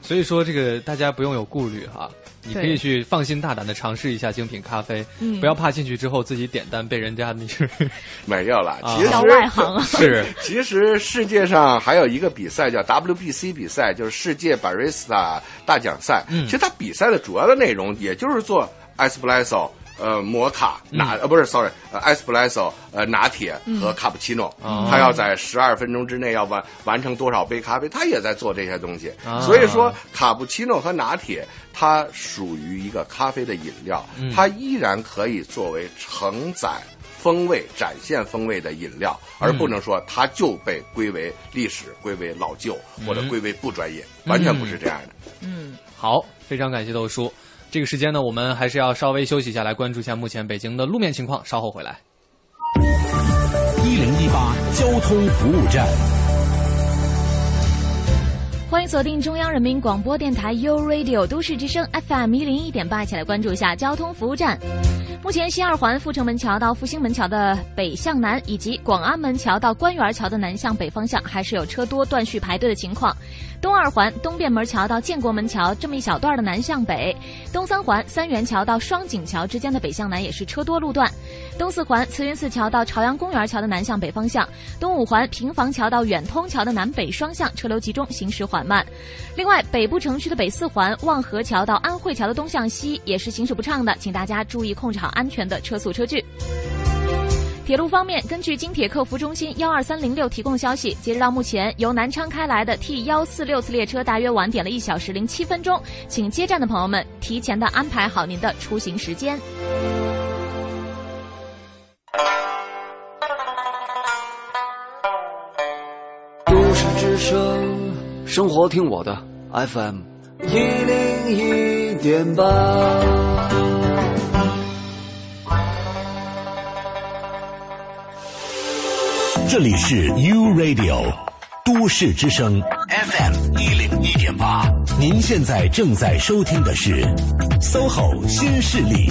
[SPEAKER 2] 所以说这个大家不用有顾虑哈、你可
[SPEAKER 1] 对
[SPEAKER 2] 以去放心大胆的尝试一下精品咖啡，
[SPEAKER 1] 嗯
[SPEAKER 2] 不要怕进去之后自己点单被人家那是
[SPEAKER 3] 没有了。
[SPEAKER 2] 啊
[SPEAKER 3] 其实
[SPEAKER 1] 聊嗯外行了
[SPEAKER 2] 是
[SPEAKER 3] 其实世界上还有一个比赛叫 WBC 比赛，就是世界 Barista 大奖赛。
[SPEAKER 2] 嗯
[SPEAKER 3] 其实它比赛的主要的内容也就是做 espresso。呃，摩卡
[SPEAKER 2] 嗯
[SPEAKER 3] 拿、呃不是，sorry，呃，espresso 呃拿铁和卡布奇诺，
[SPEAKER 2] 哦
[SPEAKER 3] 他要在十二分钟之内要完完成多少杯咖啡，他也在做这些东西。
[SPEAKER 2] 啊
[SPEAKER 3] 所以说， 卡布奇诺和拿铁它属于一个咖啡的饮料，
[SPEAKER 2] 嗯
[SPEAKER 3] 它依然可以作为承载风味、展现风味的饮料，而
[SPEAKER 2] 嗯
[SPEAKER 3] 不能说它就被归为历史、归为老旧或
[SPEAKER 2] 嗯
[SPEAKER 3] 者归为不专业，完全不是这样的。
[SPEAKER 2] 好，非常感谢豆叔。这个时间呢，我们还是要稍微休息一下，来关注一下目前北京的路面情况，稍后回来。
[SPEAKER 12] 一零一八交通服务站。
[SPEAKER 1] 欢迎锁定中央人民广播电台 u Radio 都市之声 FM 一零一点八，一起来关注一下交通服务站。目前，西二环阜成门桥到复兴门桥的北向南，以及广安门桥到官园桥的南向北方向，还是有车多断续排队的情况。东二环东便门桥到建国门桥这么一小段的南向北，东三环三元桥到双井桥之间的北向南也是车多路段。东四环慈云寺桥到朝阳公园桥的南向北方向，东五环平房桥到远通桥的南北双向车流集中，行驶缓慢。另外，北部城区的北四环望河桥到安慧桥的东向西也是行驶不畅的，请大家注意控制好安全的车速车距。铁路方面，根据京铁客服中心幺二三零六提供消息，截止到目前，由南昌开来的 T 幺四六次列车大约晚点了一小时零七分钟，请接站的朋友们提前的安排好您的出行时间。
[SPEAKER 13] 都市之声，生活听我的 FM 一零一点八。
[SPEAKER 5] 这里是 U Radio 都市之声 FM 一零一点八，您现在正在收听的是 SOHO 新势力。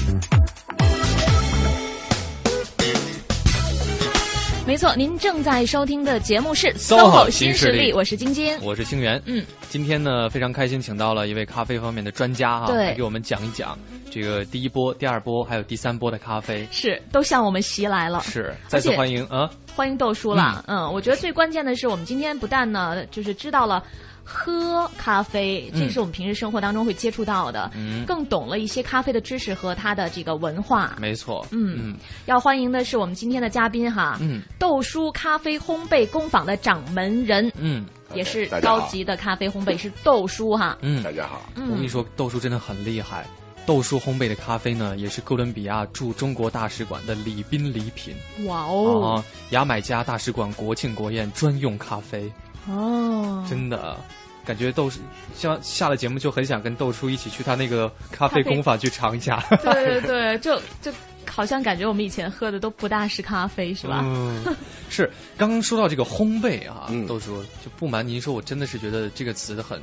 [SPEAKER 1] 没错，您正在收听的节目是
[SPEAKER 2] SOHO
[SPEAKER 1] 新
[SPEAKER 2] 新势力
[SPEAKER 1] 力，我是晶 晶，
[SPEAKER 2] 我是清源，
[SPEAKER 1] 嗯，
[SPEAKER 2] 今天呢非常开心，请到了一位咖啡方面的专家哈，
[SPEAKER 1] 对
[SPEAKER 2] 来给我们讲一讲这个第一波、第二波还有第三波的咖啡，
[SPEAKER 1] 是都向我们袭来了，
[SPEAKER 2] 是再次
[SPEAKER 1] 而且
[SPEAKER 2] 欢迎啊，
[SPEAKER 1] 欢迎豆叔啦。嗯我觉得最关键的是，我们今天不但呢，就是知道了。喝咖啡，
[SPEAKER 2] 嗯
[SPEAKER 1] 这是我们平时生活当中会接触到的，
[SPEAKER 2] 嗯
[SPEAKER 1] 更懂了一些咖啡的知识和它的这个文化。
[SPEAKER 2] 没错，
[SPEAKER 1] 嗯要欢迎的是我们今天的嘉宾哈，
[SPEAKER 2] 嗯
[SPEAKER 1] 豆叔咖啡烘焙工坊的掌门人，
[SPEAKER 2] 嗯，
[SPEAKER 1] 也是
[SPEAKER 2] 大家好
[SPEAKER 1] 高级的咖啡烘焙师豆叔哈。
[SPEAKER 2] 嗯，
[SPEAKER 3] 大家好，
[SPEAKER 1] 嗯
[SPEAKER 2] 我跟你说，豆叔真的很厉害。豆叔烘焙的咖啡呢，也是哥伦比亚驻中国大使馆的礼宾礼品
[SPEAKER 1] 哇
[SPEAKER 2] 啊
[SPEAKER 1] 哦，，
[SPEAKER 2] 牙买加大使馆国庆国宴专用咖啡，
[SPEAKER 1] 哦，
[SPEAKER 2] 真的。 感觉豆叔像下了节目就很想跟豆叔一起去他那个咖啡
[SPEAKER 1] 咖啡
[SPEAKER 2] 工坊去尝一下，
[SPEAKER 1] 对对对，就就好像感觉我们以前喝的都不大是咖啡，是吧？
[SPEAKER 2] 嗯，是。刚刚说到这个烘焙啊，
[SPEAKER 3] 嗯
[SPEAKER 2] 豆叔就不瞒您说，我真的是觉得这个词很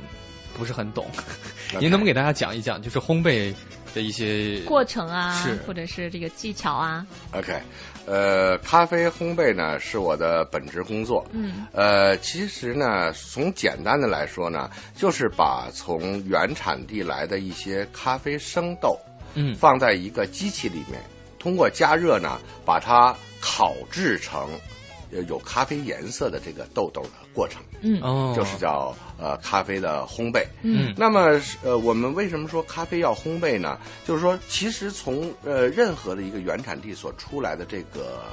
[SPEAKER 2] 不是很懂。您能不能给大家讲一讲，就是烘焙的一些
[SPEAKER 1] 过程啊
[SPEAKER 3] 是，
[SPEAKER 1] 或者是这个技巧啊，
[SPEAKER 3] OK，呃，咖啡烘焙呢是我的本职工作。
[SPEAKER 1] 嗯
[SPEAKER 3] 呃，其实呢，从简单的来说呢，就是把从原产地来的一些咖啡生豆，
[SPEAKER 2] 嗯
[SPEAKER 3] 放在一个机器里面，通过加热呢，把它烤制成呃有咖啡颜色的这个豆豆的过程。
[SPEAKER 1] 嗯
[SPEAKER 2] 哦
[SPEAKER 3] 就是叫呃咖啡的烘焙。
[SPEAKER 2] 嗯
[SPEAKER 3] 那么是呃，我们为什么说咖啡要烘焙呢？就是说，其实从呃任何的一个原产地所出来的这个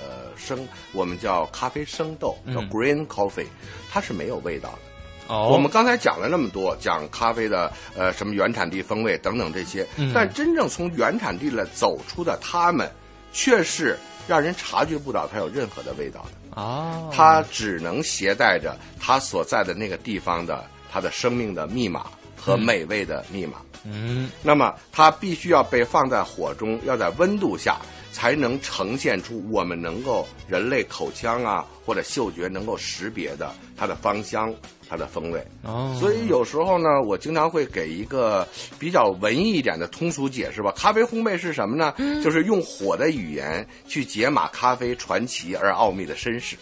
[SPEAKER 3] 呃生，我们叫咖啡生豆，
[SPEAKER 2] 嗯
[SPEAKER 3] 叫 green coffee，、它是没有味道的。
[SPEAKER 2] 哦，
[SPEAKER 3] 我们刚才讲了那么多，讲咖啡的呃什么原产地、风味等等这些，
[SPEAKER 2] 嗯
[SPEAKER 3] 但真正从原产地来走出的它们，却是让人察觉不到它有任何的味道的。
[SPEAKER 2] 啊，
[SPEAKER 3] 它只能携带着它所在的那个地方的它的生命的密码和
[SPEAKER 2] 嗯
[SPEAKER 3] 美味的密码。
[SPEAKER 2] 嗯
[SPEAKER 3] 那么它必须要被放在火中，要在温度下才能呈现出我们能够人类口腔啊或者嗅觉能够识别的它的芳香、它的风味。
[SPEAKER 2] 哦，
[SPEAKER 3] 所以有时候呢，我经常会给一个比较文艺一点的通俗解释吧。咖啡烘焙是什么呢？就是用火的语言去解码咖啡传奇而奥秘的身世。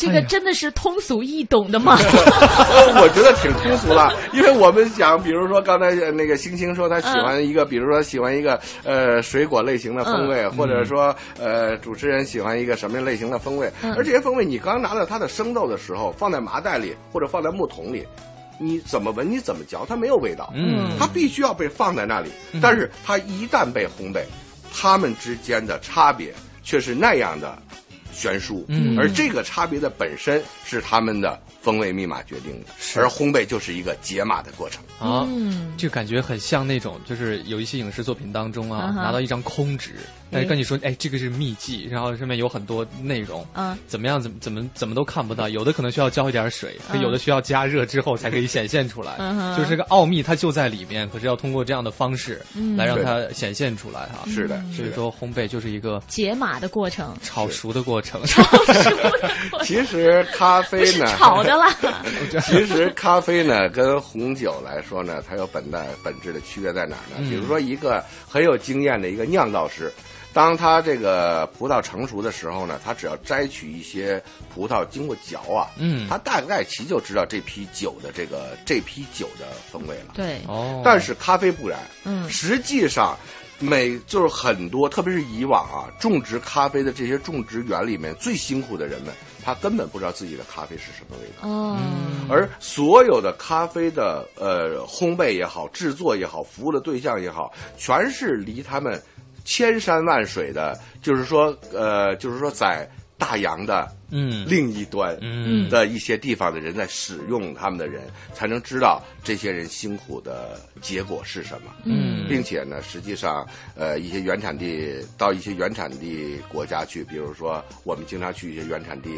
[SPEAKER 1] 这个真的是通俗易懂的吗？
[SPEAKER 3] 呃 我觉得挺通俗了，因为我们讲，比如说刚才呃那个星星说他喜欢一个，比如说喜欢一个呃水果类型的风味，
[SPEAKER 1] 嗯
[SPEAKER 3] 或者说呃主持人喜欢一个什么类型的风味，
[SPEAKER 1] 嗯
[SPEAKER 3] 而这些风味你刚拿到它的生豆的时候，放在麻袋里或者放在木桶里。你怎么闻，你怎么嚼，它没有味道，
[SPEAKER 2] 嗯
[SPEAKER 3] 它必须要被放在那里。
[SPEAKER 1] 嗯
[SPEAKER 3] 但是它一旦被烘焙，它们之间的差别却是那样的悬殊，
[SPEAKER 2] 嗯
[SPEAKER 3] 而这个差别的本身是他们的风味密码决定的，而烘焙就是一个解码的过程。
[SPEAKER 2] 啊
[SPEAKER 1] 嗯，
[SPEAKER 2] 就感觉很像那种，就是有一些影视作品当中啊，
[SPEAKER 1] 嗯哼
[SPEAKER 2] 拿到一张空纸，但是跟你说，哎，这个是秘籍，然后上面有很多内容，
[SPEAKER 1] 嗯
[SPEAKER 2] 怎么样，怎么怎么怎么都看不到，有的可能需要浇一点水，
[SPEAKER 1] 嗯
[SPEAKER 2] 有的需要加热之后才可以显现出来，
[SPEAKER 1] 嗯哼
[SPEAKER 2] 就是这个奥秘它就在里面，可是要通过这样的方式
[SPEAKER 1] 嗯
[SPEAKER 2] 来让它显现出来哈、
[SPEAKER 3] 是的，
[SPEAKER 2] 所
[SPEAKER 3] 是
[SPEAKER 2] 以
[SPEAKER 3] 的。
[SPEAKER 2] 说烘焙就是一个
[SPEAKER 1] 解码的过程，
[SPEAKER 2] 炒熟的过程，
[SPEAKER 3] 其实咖
[SPEAKER 1] 不
[SPEAKER 3] 啡
[SPEAKER 1] 是
[SPEAKER 3] 呢，
[SPEAKER 1] 炒的啦。
[SPEAKER 3] 其实咖啡呢跟红酒来说呢，它有本在本质的区别在哪儿呢？
[SPEAKER 2] 嗯
[SPEAKER 3] 比如说一个很有经验的一个酿造师。当他这个葡萄成熟的时候呢，他只要摘取一些葡萄，经过嚼啊，
[SPEAKER 2] 嗯
[SPEAKER 3] 他大概其就知道这批酒的这个这批酒的风味了。
[SPEAKER 1] 对，
[SPEAKER 2] 哦，
[SPEAKER 3] 但是咖啡不然，
[SPEAKER 1] 嗯
[SPEAKER 3] 实际上，每就是很多，特别是以往啊，种植咖啡的这些种植园里面最辛苦的人们，他根本不知道自己的咖啡是什么味道。
[SPEAKER 1] 哦，
[SPEAKER 3] 而所有的咖啡的呃烘焙也好，制作也好，服务的对象也好，全是离他们千山万水的，就是说呃，就是说在大洋的
[SPEAKER 2] 嗯
[SPEAKER 3] 另一端，
[SPEAKER 2] 嗯
[SPEAKER 3] 的一些地方的人在使用他们的人，才能知道这些人辛苦的结果是什么。
[SPEAKER 2] 嗯
[SPEAKER 3] 并且呢，实际上，呃，一些原产地到一些原产地国家去，比如说我们经常去一些原产地，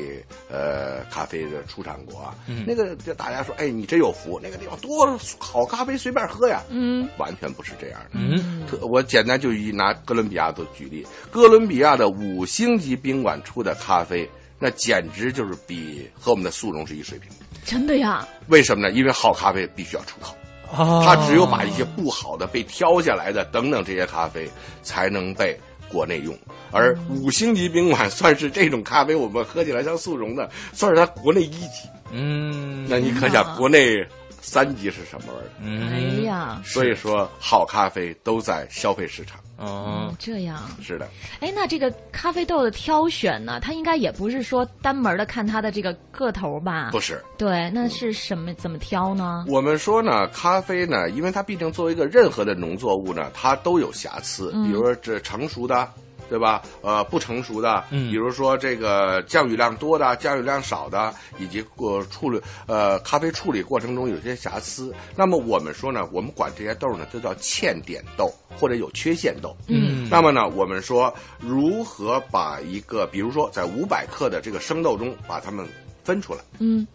[SPEAKER 3] 呃，咖啡的出产国啊，
[SPEAKER 2] 嗯
[SPEAKER 3] 那个就大家说，哎，你真有福，那个地方多好咖啡随便喝呀，
[SPEAKER 1] 嗯，
[SPEAKER 3] 完全不是这样的。
[SPEAKER 2] 嗯
[SPEAKER 3] 特我简单就以拿哥伦比亚做举例，哥伦比亚的五星级宾馆出的咖啡，那简直就是比和我们的速溶是一水平。
[SPEAKER 1] 真的呀，
[SPEAKER 3] 为什么呢？因为好咖啡必须要出口，
[SPEAKER 2] 啊，
[SPEAKER 3] 它只有把一些不好的、被挑下来的等等这些咖啡才能被国内用。而五星级宾馆算是这种咖啡，我们喝起来像速溶的，算是它国内一级。
[SPEAKER 2] 嗯
[SPEAKER 3] 那你可想国内三级是什么味儿？
[SPEAKER 2] 嗯
[SPEAKER 1] 哎呀，
[SPEAKER 3] 所以说，好咖啡都在消费市场。
[SPEAKER 2] 哦
[SPEAKER 1] 哦，这样。
[SPEAKER 3] 是的，
[SPEAKER 1] 哎，那这个咖啡豆的挑选呢，它应该也不是说单门的看它的这个个头吧？
[SPEAKER 3] 不是。
[SPEAKER 1] 对，那是什么？怎么挑呢？
[SPEAKER 3] 我们说呢，咖啡呢，因为它毕竟作为一个任何的农作物呢，它都有瑕疵，
[SPEAKER 1] 嗯
[SPEAKER 3] 比如说这成熟的。对吧？呃，不成熟的，
[SPEAKER 2] 嗯
[SPEAKER 3] 比如说这个降雨量多的、降雨量少的，以及过处理呃咖啡处理过程中有些瑕疵。那么我们说呢，我们管这些豆呢，就叫欠点豆或者有缺陷豆。
[SPEAKER 2] 嗯
[SPEAKER 3] 那么呢，我们说如何把一个，比如说在五百克的这个生豆中把它们分出来。
[SPEAKER 1] 嗯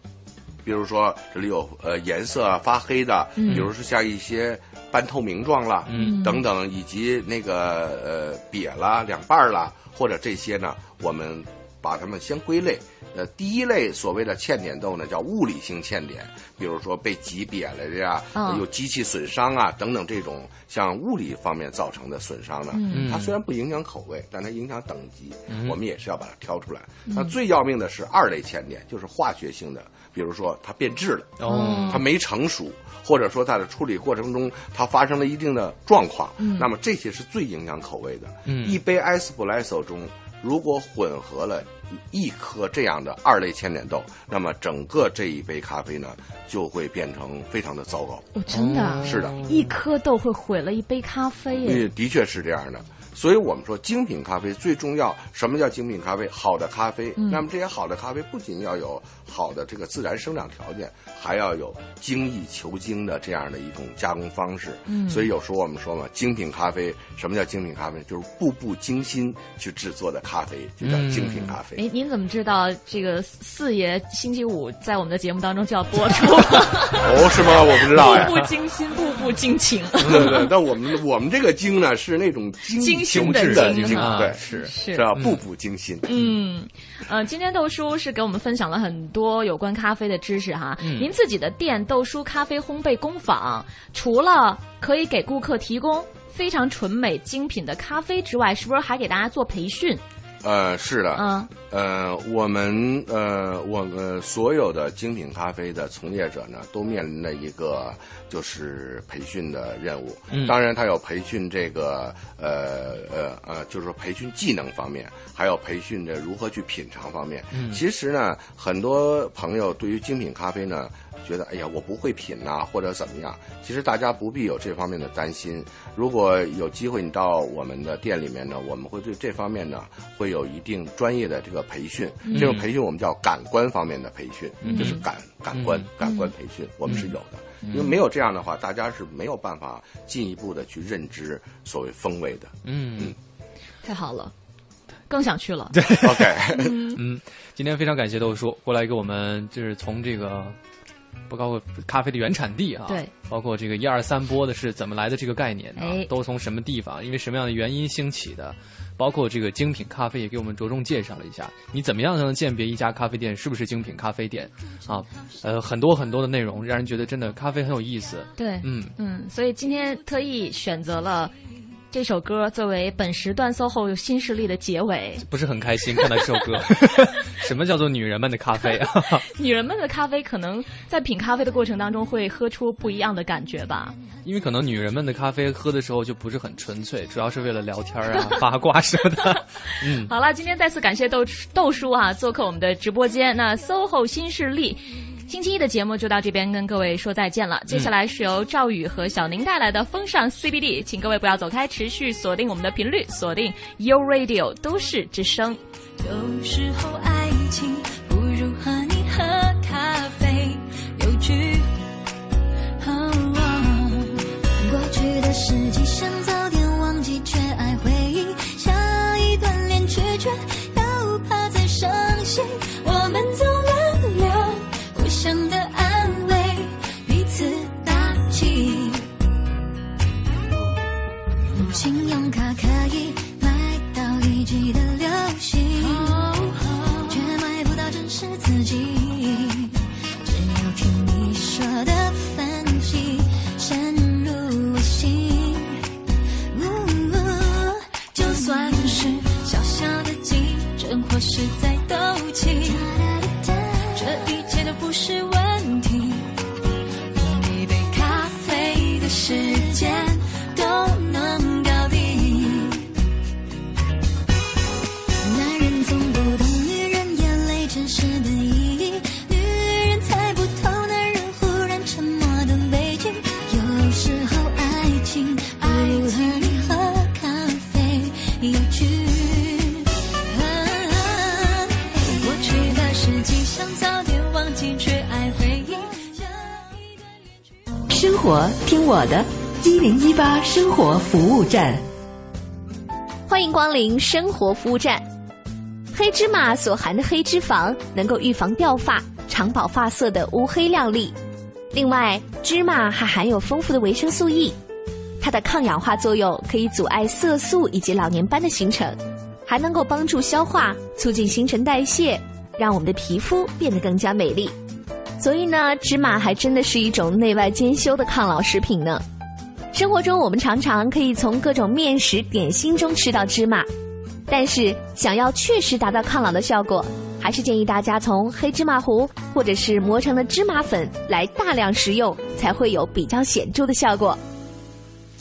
[SPEAKER 3] 比如说这里有呃颜色啊发黑的，
[SPEAKER 1] 嗯
[SPEAKER 3] 比如说像一些半透明状啦，
[SPEAKER 2] 嗯
[SPEAKER 3] 等等，以及那个呃瘪啦、两半儿啦，或者这些呢，我们把它们先归类。呃，第一类所谓的欠点豆呢，叫物理性欠点，比如说被挤瘪了的呀，
[SPEAKER 1] 嗯
[SPEAKER 3] 呃有机器损伤啊等等这种像物理方面造成的损伤呢，
[SPEAKER 1] 嗯
[SPEAKER 3] 它虽然不影响口味，但它影响等级，
[SPEAKER 2] 嗯
[SPEAKER 3] 我们也是要把它挑出来。那最要命的是二类欠点，就是化学性的，比如说它变质了，
[SPEAKER 1] 嗯
[SPEAKER 2] 哦
[SPEAKER 3] 它没成熟，或者说它的处理过程中它发生了一定的状况，
[SPEAKER 1] 嗯
[SPEAKER 3] 那么这些是最影响口味的。
[SPEAKER 2] 嗯
[SPEAKER 3] 一杯 espresso 中。如果混合了一颗这样的二类千点豆，那么整个这一杯咖啡呢就会变成非常的糟糕。
[SPEAKER 1] 哦，真的啊、
[SPEAKER 3] 是的，
[SPEAKER 1] 一颗豆会毁了一杯咖啡耶
[SPEAKER 3] 嗯，。的确是这样的。所以我们说，精品咖啡最重要。什么叫精品咖啡？好的咖啡。
[SPEAKER 1] 嗯
[SPEAKER 3] 那么这些好的咖啡不仅要有好的这个自然生长条件，还要有精益求精的这样的一种加工方式。
[SPEAKER 14] 嗯
[SPEAKER 3] 所以有时候我们说嘛，精品咖啡，什么叫精品咖啡？就是步步惊心去制作的咖啡，就叫精品咖啡。
[SPEAKER 1] 哎，您怎么知道这个四爷星期五在我们的节目当中就要播出？
[SPEAKER 3] 哦，是吗？我不 知道 呀。
[SPEAKER 1] 步步惊心，步步惊情。
[SPEAKER 3] 对对， 但我们我们这个精呢是那种精
[SPEAKER 1] 精
[SPEAKER 3] 精
[SPEAKER 1] 心的
[SPEAKER 3] 的
[SPEAKER 1] 精
[SPEAKER 3] 精
[SPEAKER 1] 啊
[SPEAKER 3] 对是
[SPEAKER 1] 是
[SPEAKER 3] 是吧？
[SPEAKER 1] 嗯
[SPEAKER 3] 步步惊心。
[SPEAKER 1] 嗯，呃，今天豆叔是给我们分享了很多有关咖啡的知识哈。
[SPEAKER 3] 嗯
[SPEAKER 1] 您自己的店豆叔咖啡烘焙工坊，除了可以给顾客提供非常纯美精品的咖啡之外，是不是还给大家做培训？
[SPEAKER 3] 呃，是的，
[SPEAKER 1] 嗯，
[SPEAKER 3] 呃，我们呃，我们所有的精品咖啡的从业者呢，都面临着一个就是培训的任务。
[SPEAKER 14] 嗯
[SPEAKER 3] 当然，它有培训这个呃呃呃，就是说培训技能方面，还有培训着如何去品尝方面。
[SPEAKER 14] 嗯
[SPEAKER 3] 其实呢，很多朋友对于精品咖啡呢，觉得哎呀，我不会品呐、或者怎么样。其实大家不必有这方面的担心。如果有机会你到我们的店里面呢，我们会对这方面呢会有一定专业的这个培训。
[SPEAKER 14] 嗯
[SPEAKER 3] 这种培训我们叫感官方面的培训，
[SPEAKER 14] 嗯
[SPEAKER 3] 就是感感官、感官培训，我们是有的。因为没有这样的话，大家是没有办法进一步的去认知所谓风味 的。
[SPEAKER 2] 嗯
[SPEAKER 1] 太好了，更想去了。
[SPEAKER 3] ，OK，
[SPEAKER 2] 嗯，今天非常感谢豆叔过来给我们，就是从这个。包括咖啡的原产地啊，
[SPEAKER 1] 对，
[SPEAKER 2] 包括这个一二三波的是怎么来的这个概念啊，
[SPEAKER 1] 哎
[SPEAKER 2] 都从什么地方，因为什么样的原因兴起的，包括这个精品咖啡也给我们着重介绍了一下，你怎么样才能鉴别一家咖啡店是不是精品咖啡店啊？呃，很多很多的内容，让人觉得真的咖啡很有意思。
[SPEAKER 1] 对，
[SPEAKER 2] 嗯
[SPEAKER 1] 嗯，所以今天特意选择了这首歌作为本时段 SOHO 新势力的结尾。
[SPEAKER 2] 不是很开心看到这首歌， 什么叫做女人们的咖啡啊？
[SPEAKER 1] 女人们的咖啡可能在品咖啡的过程当中会喝出不一样的感觉吧。
[SPEAKER 2] 因为可能女人们的咖啡喝的时候就不是很纯粹，主要是为了聊天啊、八卦什么的。嗯，
[SPEAKER 1] 好了，今天再次感谢豆豆叔啊做客我们的直播间。那 SOHO 新势力。星期一的节目就到这边跟各位说再见了。接下来是由赵宇和小宁带来的风尚 CBD，请各位不要走开，持续锁定我们的频率，锁定 You Radio 都市之声。
[SPEAKER 15] 有时候爱情不如和你喝咖啡有趣。
[SPEAKER 4] 哦过去的事情想早点忘记，却爱回忆。下一段恋曲却又怕再伤心。我们总轮流互相的安慰，彼此打气。信用卡可以买到一季的流行，却买不到真实自己。只有听你说的反击，深入我心。
[SPEAKER 15] 呜就算是小小的急诊或是在斗气，这一切都不是问题。有一杯咖啡的时间都能搞定。
[SPEAKER 4] 男人总不懂女人眼泪真实的意义，女人猜不透男人忽然沉默的悲剧。有时候爱情不如和你喝咖啡有趣。啊
[SPEAKER 15] 过去的事情想早点忘记，却爱回忆。
[SPEAKER 16] 生活听我的，一零一八生活服务站。
[SPEAKER 17] 欢迎光临生活服务站。黑芝麻所含的黑脂肪能够预防掉发，长保发色的乌黑亮丽。另外，芝麻还含有丰富的维生素 E，它的抗氧化作用可以阻碍色素以及老年斑的形成，还能够帮助消化，促进新陈代谢，让我们的皮肤变得更加美丽。所以呢，芝麻还真的是一种内外兼修的抗老食品呢。生活中，我们常常可以从各种面食、点心中吃到芝麻，但是想要确实达到抗老的效果，还是建议大家从黑芝麻糊或者是磨成的芝麻粉来大量食用，才会有比较显著的效果。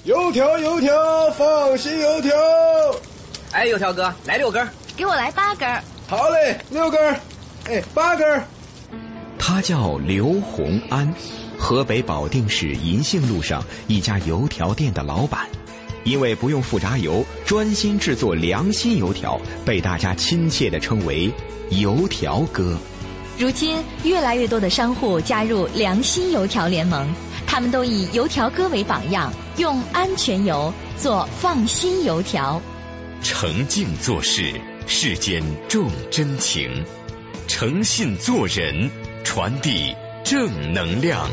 [SPEAKER 18] 油条，油条，放心，油条。
[SPEAKER 19] 哎，油条哥，来六根儿。
[SPEAKER 20] 给我来八根儿。
[SPEAKER 21] 好嘞，六根儿，哎，八根儿。
[SPEAKER 5] 他叫刘洪安，河北保定市银杏路上一家油条店的老板。因为不用复炸油，专心制作良心油条，被大家亲切地称为“油条哥”。
[SPEAKER 4] 如今，越来越多的商户加入良心油条联盟，他们都以油条哥为榜样，用安全油做放心油条。
[SPEAKER 22] 诚敬做事，世间重真情；诚信做人，传递正能量。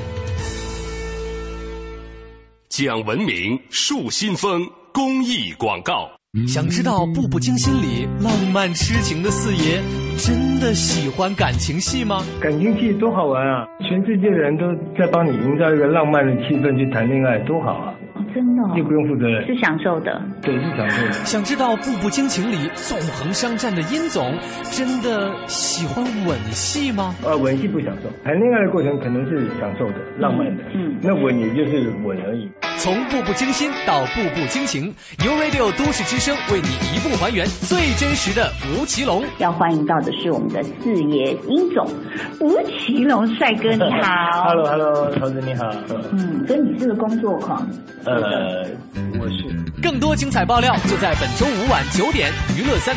[SPEAKER 22] 讲文明树新风公益广告，
[SPEAKER 2] 想知道《步步惊心》里浪漫痴情的四爷真的喜欢感情戏吗？
[SPEAKER 23] 感情戏多好玩啊！全世界的人都在帮你营造一个浪漫的气氛去谈恋爱，多好啊！
[SPEAKER 24] 哦、真的、哦，
[SPEAKER 23] 又不用负责任，
[SPEAKER 24] 是享受的。
[SPEAKER 23] 对，是享受的。
[SPEAKER 2] 想知道《步步惊情》里纵横商战的殷总真的喜欢吻戏吗？
[SPEAKER 23] 呃，吻戏不享受，谈恋爱的过程可能是享受的、浪漫的，嗯，那吻也就是吻而已。
[SPEAKER 2] 从步步惊心到步步惊情，U Radio 都市之声为你一步还原最真实的吴奇隆。
[SPEAKER 24] 要欢迎到的是我们的四爷殷总，吴奇隆帅哥你 好。
[SPEAKER 23] hello Hello，桃子你好。
[SPEAKER 24] 嗯，所以你是个工作狂。
[SPEAKER 23] 呃，我是。
[SPEAKER 2] 更多精彩爆料就在本周五晚九点娱乐三。